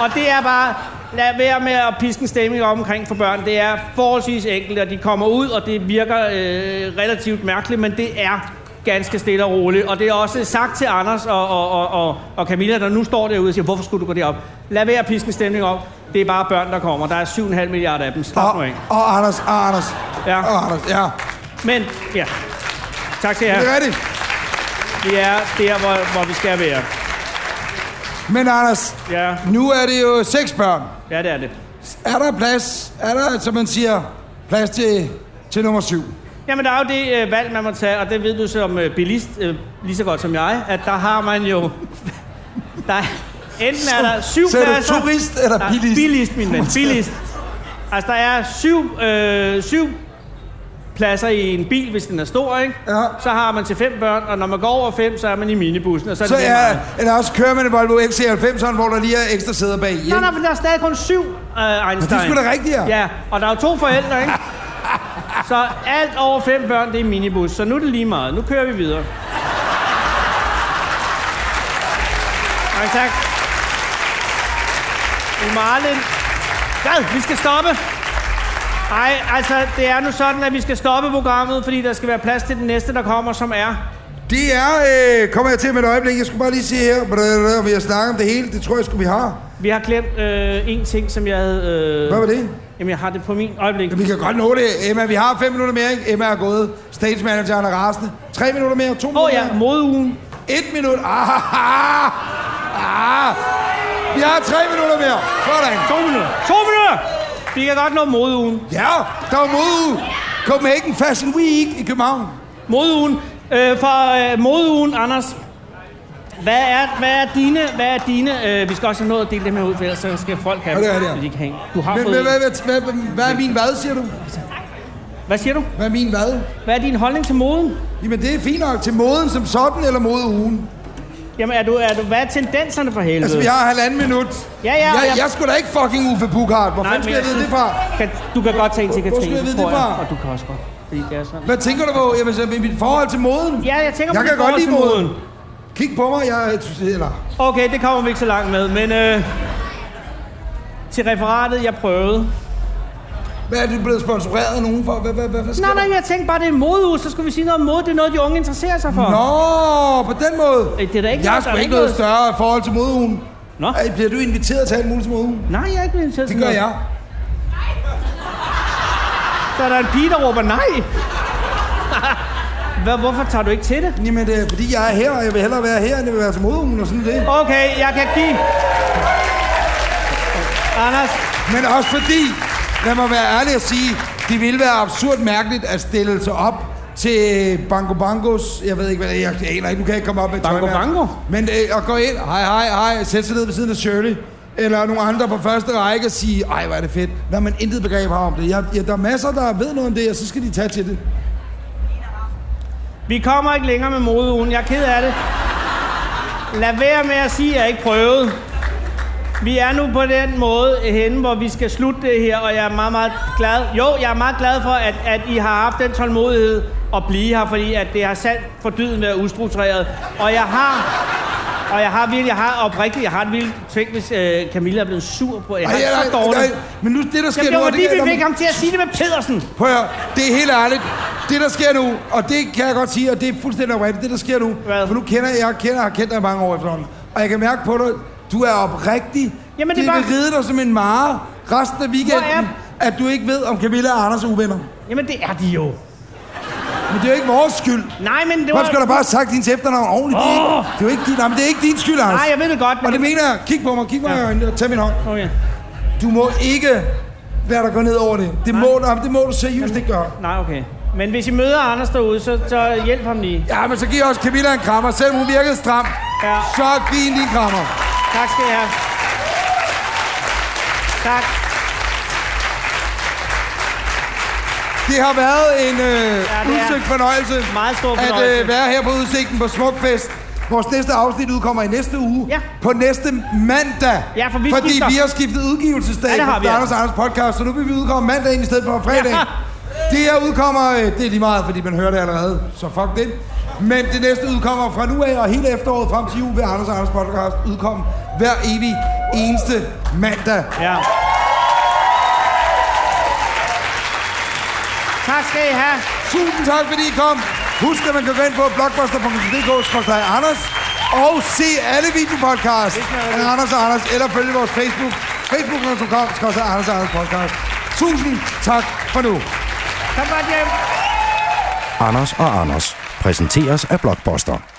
B: Og det er bare... Lad være med at piske en stemning op omkring for børn. Det er forholdsvis enkelt, og de kommer ud, og det virker øh, relativt mærkeligt, men det er ganske stille og roligt. Og det er også sagt til Anders og, og, og, og, og Camilla, der nu står derude og siger, hvorfor skulle du gå derop? Lad være at piske en stemning op. Det er bare børn, der kommer. Der er 7,5 milliarder af dem. Slap nu
C: Og,
B: af.
C: og Anders, og Anders.
B: Ja.
C: Og Anders, ja.
B: Men, ja. Tak skal I have.
C: Det er rigtigt.
B: Vi er der, hvor, hvor vi skal være.
C: Men Anders,
B: Ja,
C: nu er det jo seks børn.
B: ja det er det.
C: Er der plads, er der, som man siger, plads til, til nummer syv?
B: Jamen, der er jo det øh, valg, man må tage, og det ved du som øh, bilist øh, lige så godt som jeg, at der har man jo... der er, enten er der syv
C: Så er du
B: pladser...
C: turist eller
B: Nej,
C: bilist?
B: Bilist, min ven. Bilist. Altså, der er syv, øh, syv pladser i en bil, hvis den er stor, ikke?
C: Ja.
B: Så har man til fem børn, og når man går over fem, så er man i minibussen, og så er
C: Så
B: det
C: er, eller også kører man en Volvo XC90, hvor der lige er ekstra sæder bag.
B: Nej, nej, men der er stadig kun syv øh, Einstein.
C: det er sgu da rigtigt, ja.
B: Ja, og der er jo to forældre, ikke? Så alt over fem børn, det er minibus. Så nu er det lige meget. Nu kører vi videre. Mange tak. Umarlin. Hvad? Vi skal stoppe. Nej, altså, det er nu sådan, at vi skal stoppe programmet, fordi der skal være plads til den næste, der kommer, som er...
C: Det er, øh, kommer jeg til med et øjeblik, jeg skulle bare lige se her, blablabla, vi har snakket om det hele, det tror jeg sgu vi har.
B: Vi har glemt øh, en ting, som jeg havde... Øh...
C: Hvad var det?
B: Jamen, jeg har det på min øjeblik.
C: Vi kan godt nå det, Emma, vi har fem minutter mere, ikke? Emma er gået, stage manageren er rasende. Tre minutter mere, to
B: Åh oh,
C: minutter
B: ja,
C: mere.
B: modeugen.
C: Et minut. Ah, ah, ah. Vi har tre minutter mere. Sådan.
B: To minutter. To minutter! Vi kan godt nå modeugen.
C: Ja, der var mod Copenhagen Fashion Week i København.
B: Modeugen. Øh, fra øh, modeugen, Anders. Hvad er, hvad er dine... Hvad er dine øh, vi skal også have nået at dele dem her ud, for ellers så skal folk have
C: Ja, det er det, ja.
B: dem, hvis de ikke have. Du har
C: Men,
B: fået
C: hvad,
B: en.
C: hvad, hvad, hvad, hvad er min hvad, siger du?
B: Hvad siger du?
C: Hvad er min hvad?
B: Hvad er din holdning til moden?
C: Jamen, det er fint nok til moden som sådan, eller mod ugen.
B: Jamen, er du, er du, hvad er tendenserne for helvede?
C: Altså, vi har halvanden minut.
B: Ja, ja,
C: jeg,
B: ja.
C: jeg skulle da ikke fucking Uffe Bukhardt. Hvor fanden
B: men
C: skal jeg vide det
B: synes-
C: fra?
B: Kan, du kan godt tage en til
C: Hvor- hvor
B: Katrine,
C: skal jeg vide
B: tror
C: det fra?
B: Og du kan også godt, fordi det er sådan.
C: Hvad tænker du på? Jamen, så, mit forhold til moden?
B: Ja, jeg tænker på dit
C: Jeg kan
B: forhold
C: godt lide
B: til
C: moden. Kig på mig, jeg... Eller,
B: Okay, det kommer vi ikke så langt med, men øh, til referatet, jeg prøvede.
C: hvad er det, du blevet sponsoreret af nogen for? Hvad, hvad, hvad, hvad sker
B: Nej,
C: der?
B: nej, jeg tænkte bare, det er en modeuge, så skulle vi sige noget om mode. Det er noget, de unge interesserer sig for.
C: Nå, på den måde.
B: Øh, Det er da ikke
C: Jeg er
B: noget, der
C: sgu
B: er
C: ikke noget større i forhold til modeugen.
B: Nå,
C: Ej, bliver du inviteret til alt muligt til modeugen?
B: nej, jeg er ikke blevet inviteret
C: Det
B: til
C: gør
B: noget.
C: jeg.
B: Så er der en pige, der råber nej. Hvad, hvorfor tager du ikke til det?
C: Jamen, det er, fordi jeg er her, og jeg vil hellere være her, end jeg vil være til modeugen og sådan det.
B: Okay, jeg kan give... Anders,
C: Men også fordi, lad mig være ærlig at sige, det ville være absurd mærkeligt at stille sig op til Bango Bangos, jeg ved ikke, hvad det er, jeg aner ikke, nu kan jeg ikke komme op med
B: Bango
C: tøj mere.
B: Bango?
C: Men øh, at gå ind, hej, hej, hej, sætte sig ned ved siden af Shirley, eller nogle andre på første række og sige, ej, hvor er det fedt, når man intet begreb har om det. Jeg, jeg, der er masser, der ved noget om det, og så skal de tage til det.
B: vi kommer ikke længere med modeugen. Jeg er ked af det. Lad være med at sige, at jeg ikke prøvede. Vi er nu på den måde henne, hvor vi skal slutte det her, og jeg er meget, meget glad. Jo, jeg er meget glad for, at, at I har haft den tålmodighed at blive her, fordi at det har sandt for dyden været ustruktureret. Og jeg har... Og jeg har virkelig, jeg har oprigtigt, jeg har et vildt tænkt, hvis øh, Camilla er blevet sur på. Jeg har det så dårligt.
C: men nu, det der sker
B: Jamen, det
C: nu,
B: var
C: og
B: fordi,
C: kan-
B: vi fik ham til at sige det med Pedersen.
C: Prøv at høre, det er helt ærligt. Det, der sker nu, og det kan jeg godt sige, og det er fuldstændig oprigtigt, det, der sker nu.
B: Hvad?
C: For nu kender jeg, jeg kender, har kendt dig i mange år efterhånden. Og jeg kan mærke på dig, du er oprigtig.
B: Jamen, det
C: det
B: er
C: vil
B: bare-
C: ride dig som en mare resten af weekenden,
B: Hvor
C: at du ikke ved, om Camilla og Anders er uvenner.
B: Jamen, det er de jo.
C: Men det er jo ikke vores skyld.
B: Nej, men det var...
C: Hvorfor skulle du bare have sagt din efternavn ordentligt? Det, er ikke,
B: Åh!
C: det er jo ikke din, nej, men det er ikke din skyld, Anders.
B: Nej, jeg ved det godt, men...
C: Og det mener jeg. Kig på mig, kig mig i øjnene og tag min hånd.
B: Okay.
C: Du må ikke lade dig gå ned over det. Det, må, du- det må du seriøst ikke gøre.
B: Nej, okay. Men hvis I møder Anders derude, så, så hjælp ham lige.
C: Ja, men så giv også Camilla en krammer. Selvom hun virkede stram,
B: Ja.
C: ja. så giv hende en krammer.
B: Tak skal I have. Tak.
C: Det har været en øh,
B: er.
C: ja, udsigt fornøjelse
B: Meget stor
C: at
B: fornøjelse.
C: øh, være her på udsigten på Smukfest. Vores næste afsnit udkommer i næste uge.
B: Ja.
C: På næste mandag.
B: Ja, for vi
C: fordi
B: skifter.
C: vi har skiftet udgivelsesdag
B: Ja, det har
C: på
B: vi
C: Anders og Anders podcast, så nu vil vi udkomme mandagen i stedet for fredag.
B: Ja.
C: Det her udkommer, øh, det er lige meget, fordi man hører det allerede, så fuck det. Men det næste udkommer fra nu af og hele efteråret frem til jul ved Anders og Anders podcast udkomme hver evig eneste mandag.
B: Ja. Tak skal I have.
C: Tusind tak, fordi I kom. Husk, at man kan gå ind på blockbuster.dk Anders og se alle videopodcasts af Anders og Anders, eller følge vores Facebook, facebook.com Anders og Anders podcast. Tusind tak for nu.
B: Kom godt hjem.
A: Anders og Anders præsenteres af Blockbuster.